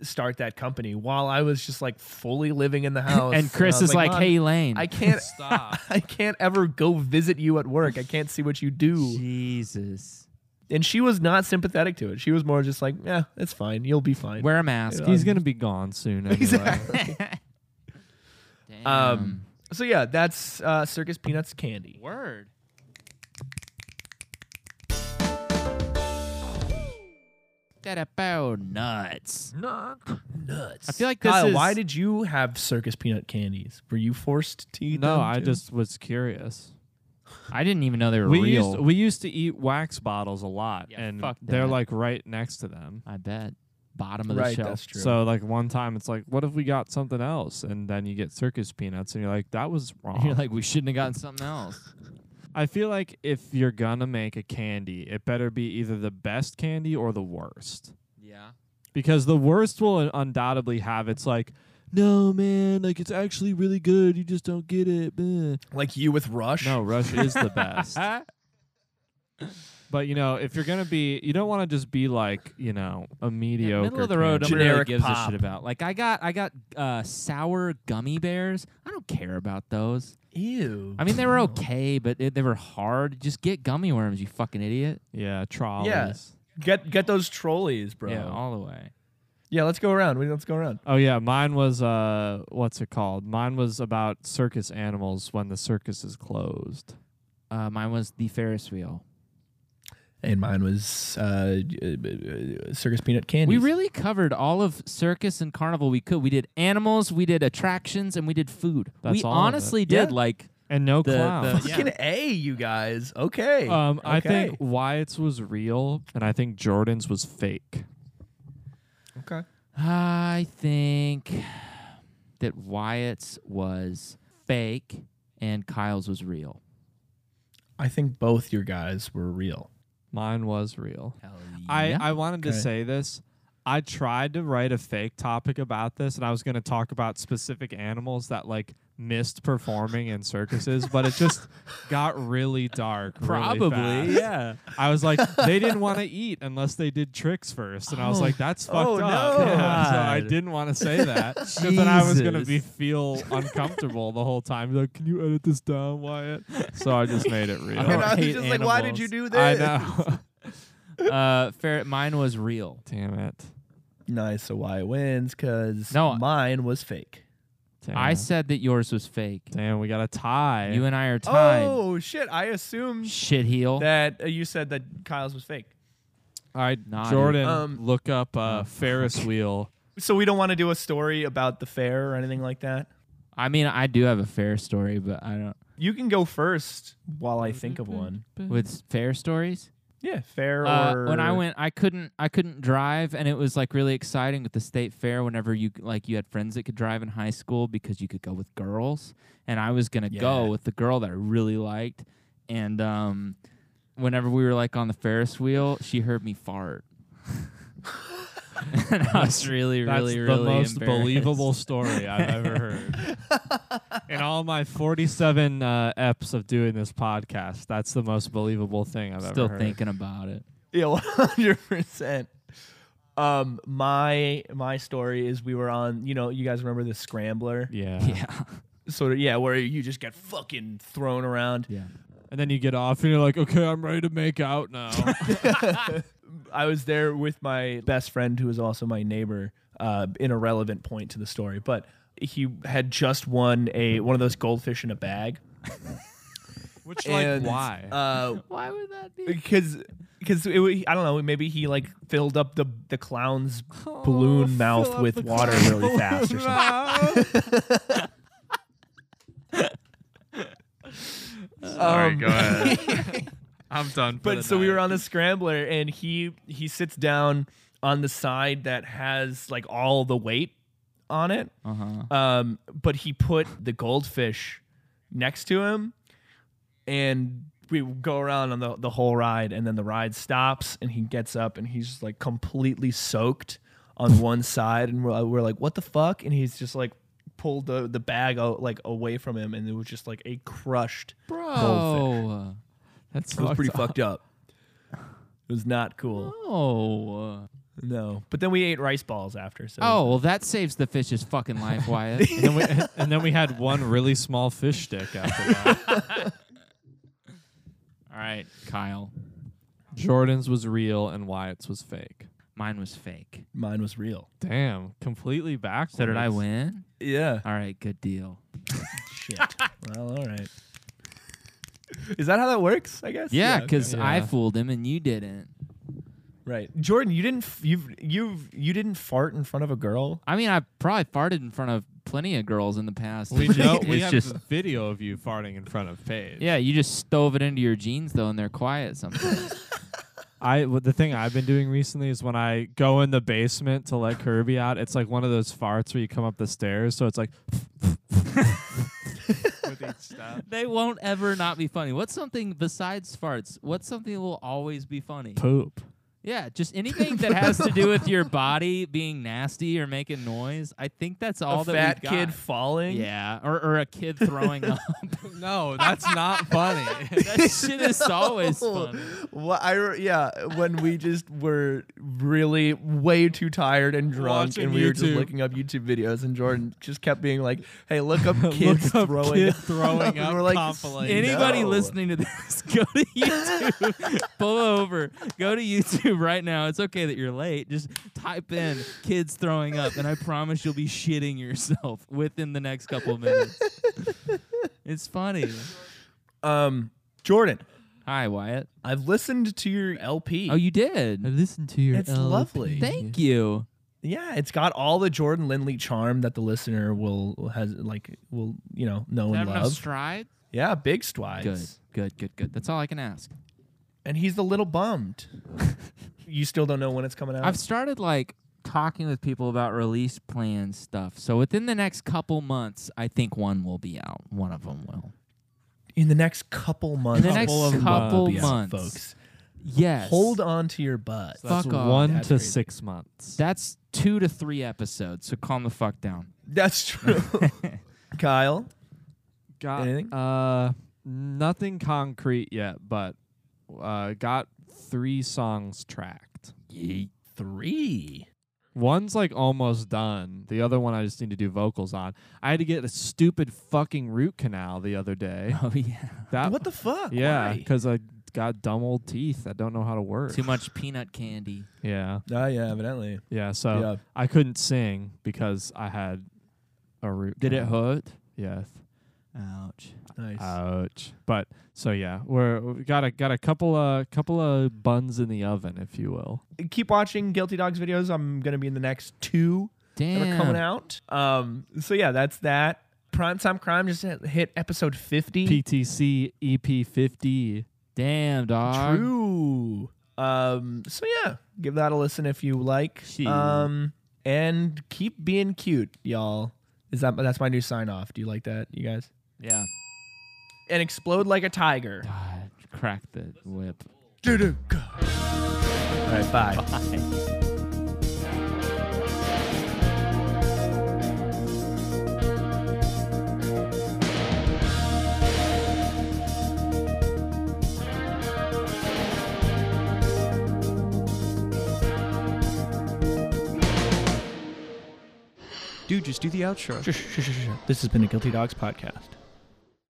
Speaker 2: start that company while I was just like fully living in the house.
Speaker 3: and Chris
Speaker 2: I was
Speaker 3: is like,
Speaker 2: "Mom,
Speaker 3: hey, Elaine.
Speaker 2: I can't
Speaker 1: Stop.
Speaker 2: [LAUGHS] I can't ever go visit you at work. I can't see what you do."
Speaker 3: Jesus.
Speaker 2: And she was not sympathetic to it. She was more just like, "Yeah, it's fine. You'll be fine."
Speaker 3: Wear a mask.
Speaker 1: He's
Speaker 3: [LAUGHS]
Speaker 1: gonna be gone soon. Anyway.
Speaker 2: [LAUGHS]
Speaker 3: Damn.
Speaker 2: um, so yeah, that's uh, Circus Peanuts candy.
Speaker 3: Word. That about nuts.
Speaker 2: nuts.
Speaker 3: I feel like this
Speaker 2: Kyle,
Speaker 3: is-
Speaker 2: why did you have circus peanut candies? Were you forced to eat them?
Speaker 1: No, I
Speaker 2: too?
Speaker 1: just was curious.
Speaker 3: I didn't even know they were
Speaker 1: We
Speaker 3: real.
Speaker 1: used we used to eat wax bottles a lot,
Speaker 3: Yeah,
Speaker 1: and
Speaker 3: fuck
Speaker 1: they're
Speaker 3: that.
Speaker 1: like right next to them.
Speaker 3: I bet. bottom of the
Speaker 2: Right,
Speaker 3: shelf.
Speaker 2: that's true.
Speaker 1: So like one time, it's like, what if we got something else? And then you get circus peanuts, and you're like, that was wrong.
Speaker 3: [LAUGHS] You're like, we shouldn't have gotten something else.
Speaker 1: I feel like if you're gonna make a candy, it better be either the best candy or the worst.
Speaker 3: yeah.
Speaker 1: Because the worst will undoubtedly have its like, no man, like it's actually really good. You just don't get it. Bleh."
Speaker 2: Like you with Rush.
Speaker 1: No, Rush is the
Speaker 3: [LAUGHS]
Speaker 1: best. But you know, if you're gonna be, you don't want to just be like, you know, a mediocre
Speaker 3: middle of the road.
Speaker 1: candy.
Speaker 3: Nobody really
Speaker 2: Generic
Speaker 3: gives
Speaker 2: pop.
Speaker 3: a shit about. Like I got, I got uh, sour gummy bears. I don't care about those.
Speaker 2: Ew.
Speaker 3: I mean, they were okay, but it, they were hard. Just get gummy worms, you fucking idiot.
Speaker 1: Yeah, trolleys.
Speaker 2: get get those trolleys, bro.
Speaker 3: Yeah,
Speaker 2: Yeah,
Speaker 3: all the way.
Speaker 2: let's go around. We- Let's go around.
Speaker 1: Oh yeah, mine was uh, what's it called? Mine was about circus animals when the circus is closed.
Speaker 3: Uh, mine was the Ferris wheel.
Speaker 2: And mine was uh, uh, circus peanut candy.
Speaker 3: We really covered all of circus and carnival we could. We did animals, we did attractions, and we did food.
Speaker 1: That's
Speaker 3: we
Speaker 1: all of it.
Speaker 3: honestly did
Speaker 2: Yeah.
Speaker 3: like
Speaker 1: And no
Speaker 3: The-
Speaker 1: clowns.
Speaker 3: the-
Speaker 2: fucking a, you guys.
Speaker 1: [LAUGHS]
Speaker 2: Okay.
Speaker 1: um, I
Speaker 2: Okay.
Speaker 1: think Wyatt's was real, and I think Jordan's was fake.
Speaker 2: Okay.
Speaker 3: I think that Wyatt's was fake and Kyle's was real.
Speaker 2: I think both your guys were real.
Speaker 1: Mine was real.
Speaker 3: Hell
Speaker 1: I, I wanted to
Speaker 2: Okay.
Speaker 1: say this. I tried to write a fake topic about this, and I was going to talk about specific animals that like missed performing in circuses, but it
Speaker 2: [LAUGHS]
Speaker 1: just got really dark. really fast.
Speaker 3: yeah.
Speaker 1: I was like, they didn't want to eat unless they did tricks first, and I was like, that's fucked
Speaker 2: Oh,
Speaker 1: up.
Speaker 2: no.
Speaker 1: Yeah, [LAUGHS] so I
Speaker 3: God.
Speaker 1: didn't want to say that because then I was gonna be
Speaker 3: Jesus.
Speaker 1: feel uncomfortable the whole time. Like, can you edit this down, Wyatt? So I just
Speaker 2: [LAUGHS]
Speaker 1: made it real.
Speaker 3: I
Speaker 2: And I was
Speaker 3: hate
Speaker 2: just like, why did
Speaker 3: animals.
Speaker 2: you do
Speaker 1: I
Speaker 2: this?
Speaker 1: know. [LAUGHS]
Speaker 3: Uh, fair, mine was real.
Speaker 1: Damn it.
Speaker 2: Nice. So why it wins? Because
Speaker 3: No.
Speaker 2: mine was fake.
Speaker 1: Damn
Speaker 3: I
Speaker 1: it.
Speaker 3: said that yours was fake.
Speaker 1: Damn, we got a tie.
Speaker 3: You and I are tied.
Speaker 2: Oh shit! I assumed
Speaker 3: Shit heel.
Speaker 2: that uh, you said that Kyle's was fake.
Speaker 1: All right,
Speaker 3: Naughty.
Speaker 1: Jordan,
Speaker 2: Um,
Speaker 1: look up uh, Ferris wheel.
Speaker 2: So we don't want to do a story about the fair or anything like that.
Speaker 3: I mean, I do have a fair story, but I don't.
Speaker 2: You can go first while I think of one.
Speaker 3: With fair stories,
Speaker 2: Yeah, fair
Speaker 3: Uh,
Speaker 2: or
Speaker 3: when I went, I couldn't, I couldn't drive, and it was like really exciting at the state fair. Whenever you like, you had friends that could drive in high school because you could go with girls, and I was gonna
Speaker 2: Yeah.
Speaker 3: go with the girl that I really liked. And um, whenever we were like on the Ferris wheel, she heard me fart, [LAUGHS] and I was really,
Speaker 1: That's
Speaker 3: really,
Speaker 1: the
Speaker 3: really
Speaker 1: most
Speaker 3: embarrassed.
Speaker 1: [LAUGHS]
Speaker 3: [LAUGHS]
Speaker 1: believable story I've ever heard. [LAUGHS] In all my 47 uh, eps of doing this podcast, that's the most believable thing I've
Speaker 3: Still
Speaker 1: ever heard.
Speaker 3: thinking about it.
Speaker 2: [LAUGHS] Yeah, one hundred percent. Um, my my story is we were on. You know, you guys remember the scrambler?
Speaker 1: Yeah.
Speaker 3: Yeah,
Speaker 2: Sort of. Yeah, where you just get fucking thrown around.
Speaker 3: yeah.
Speaker 1: And then you get off and you're like, okay, I'm ready to make out [LAUGHS] now.
Speaker 2: I was there with my best friend, who is also my neighbor, uh, in a relevant point to the story. But he had just won a one of those goldfish in a bag.
Speaker 1: Which,
Speaker 2: And,
Speaker 1: like, why? [LAUGHS]
Speaker 2: Uh, [LAUGHS]
Speaker 3: Why would that be?
Speaker 2: because because it, wa- I don't know maybe he like filled up the
Speaker 1: [LAUGHS]
Speaker 2: the clown's
Speaker 1: Oh,
Speaker 2: balloon mouth with water really fast or something. Um,
Speaker 1: [LAUGHS] I'm done.
Speaker 2: but so we were on the scrambler and he he sits down on the side that has like all the weight on it
Speaker 3: Uh huh.
Speaker 2: um but he put the goldfish next to him and we go around on the, the whole ride and then the ride stops and he gets up and he's just like completely soaked on one side and we're, we're like what the fuck and he's just like pulled the, the bag out like away from him and it was just like a crushed
Speaker 3: Bro.
Speaker 1: That's
Speaker 2: It was pretty
Speaker 1: fucked up.
Speaker 2: fucked up. It was not cool.
Speaker 3: Oh.
Speaker 2: No. But then we ate rice balls after. So
Speaker 3: Oh well, that saves the fish's fucking
Speaker 1: [LAUGHS]
Speaker 3: life, Wyatt.
Speaker 1: and, then we, and then we had one really small fish stick after [LAUGHS] that.
Speaker 3: All right, Kyle.
Speaker 1: Jordan's was real and Wyatt's was fake.
Speaker 3: Mine was fake.
Speaker 2: mine was real.
Speaker 1: Damn, completely backwards.
Speaker 3: So did I win?
Speaker 2: Yeah.
Speaker 3: All right, good deal.
Speaker 2: Shit. well, all right. Is that how that works? I guess.
Speaker 3: Yeah,
Speaker 2: okay.
Speaker 3: because I
Speaker 1: Yeah.
Speaker 3: fooled him and you didn't.
Speaker 2: right. Jordan, you didn't. F- you've you've you didn't fart in front of a girl.
Speaker 3: I mean, I probably farted in front of plenty of girls in the past.
Speaker 1: We
Speaker 3: [LAUGHS]
Speaker 1: know
Speaker 3: It's
Speaker 1: we have
Speaker 3: just-
Speaker 1: the video of you farting in front of Paige.
Speaker 3: yeah, you just stove it into your jeans though, and they're quiet sometimes.
Speaker 1: I well, the thing I've been doing recently is when I go in the basement to let Kirby out, it's like one of those farts where you come up the stairs, so it's like [LAUGHS] with
Speaker 2: [LAUGHS]
Speaker 1: each step.
Speaker 3: [LAUGHS] They won't ever not be funny. What's something besides farts? What's something that will always be funny?
Speaker 1: Poop.
Speaker 3: Yeah, just anything that has to do with your body being nasty or making noise. I think that's all
Speaker 2: a
Speaker 3: that
Speaker 2: fat
Speaker 3: we've
Speaker 2: kid
Speaker 3: got.
Speaker 2: falling.
Speaker 3: yeah, or, or a kid throwing up.
Speaker 1: No, that's not funny.
Speaker 3: that shit is always
Speaker 2: No.
Speaker 3: funny.
Speaker 2: Well, I re- yeah, when we just were really way too tired and drunk,
Speaker 1: Watching
Speaker 2: and we were just
Speaker 1: YouTube.
Speaker 2: looking up YouTube videos, and Jordan just kept being like, "Hey, look up kids
Speaker 1: up
Speaker 2: throwing
Speaker 1: kid
Speaker 2: up.
Speaker 1: throwing
Speaker 2: And
Speaker 1: up
Speaker 2: [LAUGHS] we're like,
Speaker 1: compilation.
Speaker 3: Anybody
Speaker 2: "No."
Speaker 3: listening to this, [LAUGHS] go to YouTube. [LAUGHS] Pull over. Go to YouTube right now. It's okay that you're late. Just type in kids throwing up, and I promise you'll be shitting yourself [LAUGHS] within the next couple of [LAUGHS] minutes. it's funny.
Speaker 2: Um, Jordan,
Speaker 3: Hi, Wyatt.
Speaker 2: I've listened to your LP.
Speaker 3: Oh, you did? I listened to your
Speaker 2: It's lovely.
Speaker 3: Thank you.
Speaker 2: yeah, it's got all the Jordan Lindley charm that the listener will has like will you know know and love.
Speaker 3: stride?
Speaker 2: yeah, big strides.
Speaker 3: Good, good, good, good. That's all I can ask.
Speaker 2: And he's the little bummed. you still don't know when it's coming out.
Speaker 3: I've started like talking with people about release plan stuff. So within the next couple months, I think one will be out. One of them will.
Speaker 2: in the next couple months.
Speaker 3: the next
Speaker 2: couple of
Speaker 3: couple
Speaker 2: months,
Speaker 3: months.
Speaker 2: folks.
Speaker 3: Yes.
Speaker 2: Hold on to your butt.
Speaker 1: [LAUGHS] That's
Speaker 3: Fuck off.
Speaker 1: one
Speaker 2: That's
Speaker 1: to
Speaker 2: crazy.
Speaker 1: six months.
Speaker 3: That's two to three episodes. So calm the fuck down.
Speaker 2: That's true.
Speaker 3: [LAUGHS]
Speaker 2: Kyle,
Speaker 1: Got
Speaker 2: Anything?
Speaker 1: uh nothing concrete yet, but uh got three songs tracked.
Speaker 2: three.
Speaker 1: One's like almost done. The other one I just need to do vocals on. I had to get a stupid fucking root canal the other
Speaker 2: [LAUGHS]
Speaker 1: day.
Speaker 3: [LAUGHS] Oh yeah.
Speaker 1: That
Speaker 2: What the fuck?
Speaker 1: yeah,
Speaker 2: Why?
Speaker 1: because I got dumb old teeth. I don't know how to work.
Speaker 3: Too much peanut candy.
Speaker 1: [LAUGHS] Yeah,
Speaker 2: Oh yeah, evidently.
Speaker 1: yeah. So
Speaker 2: Yeah.
Speaker 1: I couldn't sing because I had a root. canal.
Speaker 3: hurt?
Speaker 1: Yes.
Speaker 3: Ouch.
Speaker 2: Nice.
Speaker 3: uh,
Speaker 1: Ouch. But so yeah, we're we got a got a couple of couple of buns in the oven, if you will.
Speaker 2: Keep watching Guilty Dogs videos. I'm gonna be in the next two
Speaker 3: Damn.
Speaker 2: that are coming out. Um. So yeah, that's that. Prime Time Crime just hit- hit episode 50.
Speaker 1: PTC EP E fifty.
Speaker 3: Damn, dog.
Speaker 2: True. Um, so yeah, give that a listen if you like.
Speaker 3: Shoot.
Speaker 2: Um, and keep being cute, y'all. Is that that's my new sign off? Do you like that, you guys?
Speaker 3: Yeah.
Speaker 2: And explode like a tiger.
Speaker 3: God, crack the whip.
Speaker 2: Doo-doo, go. All right, bye.
Speaker 4: Dude, just do the outro.
Speaker 2: This has been a Guilty Dogs podcast.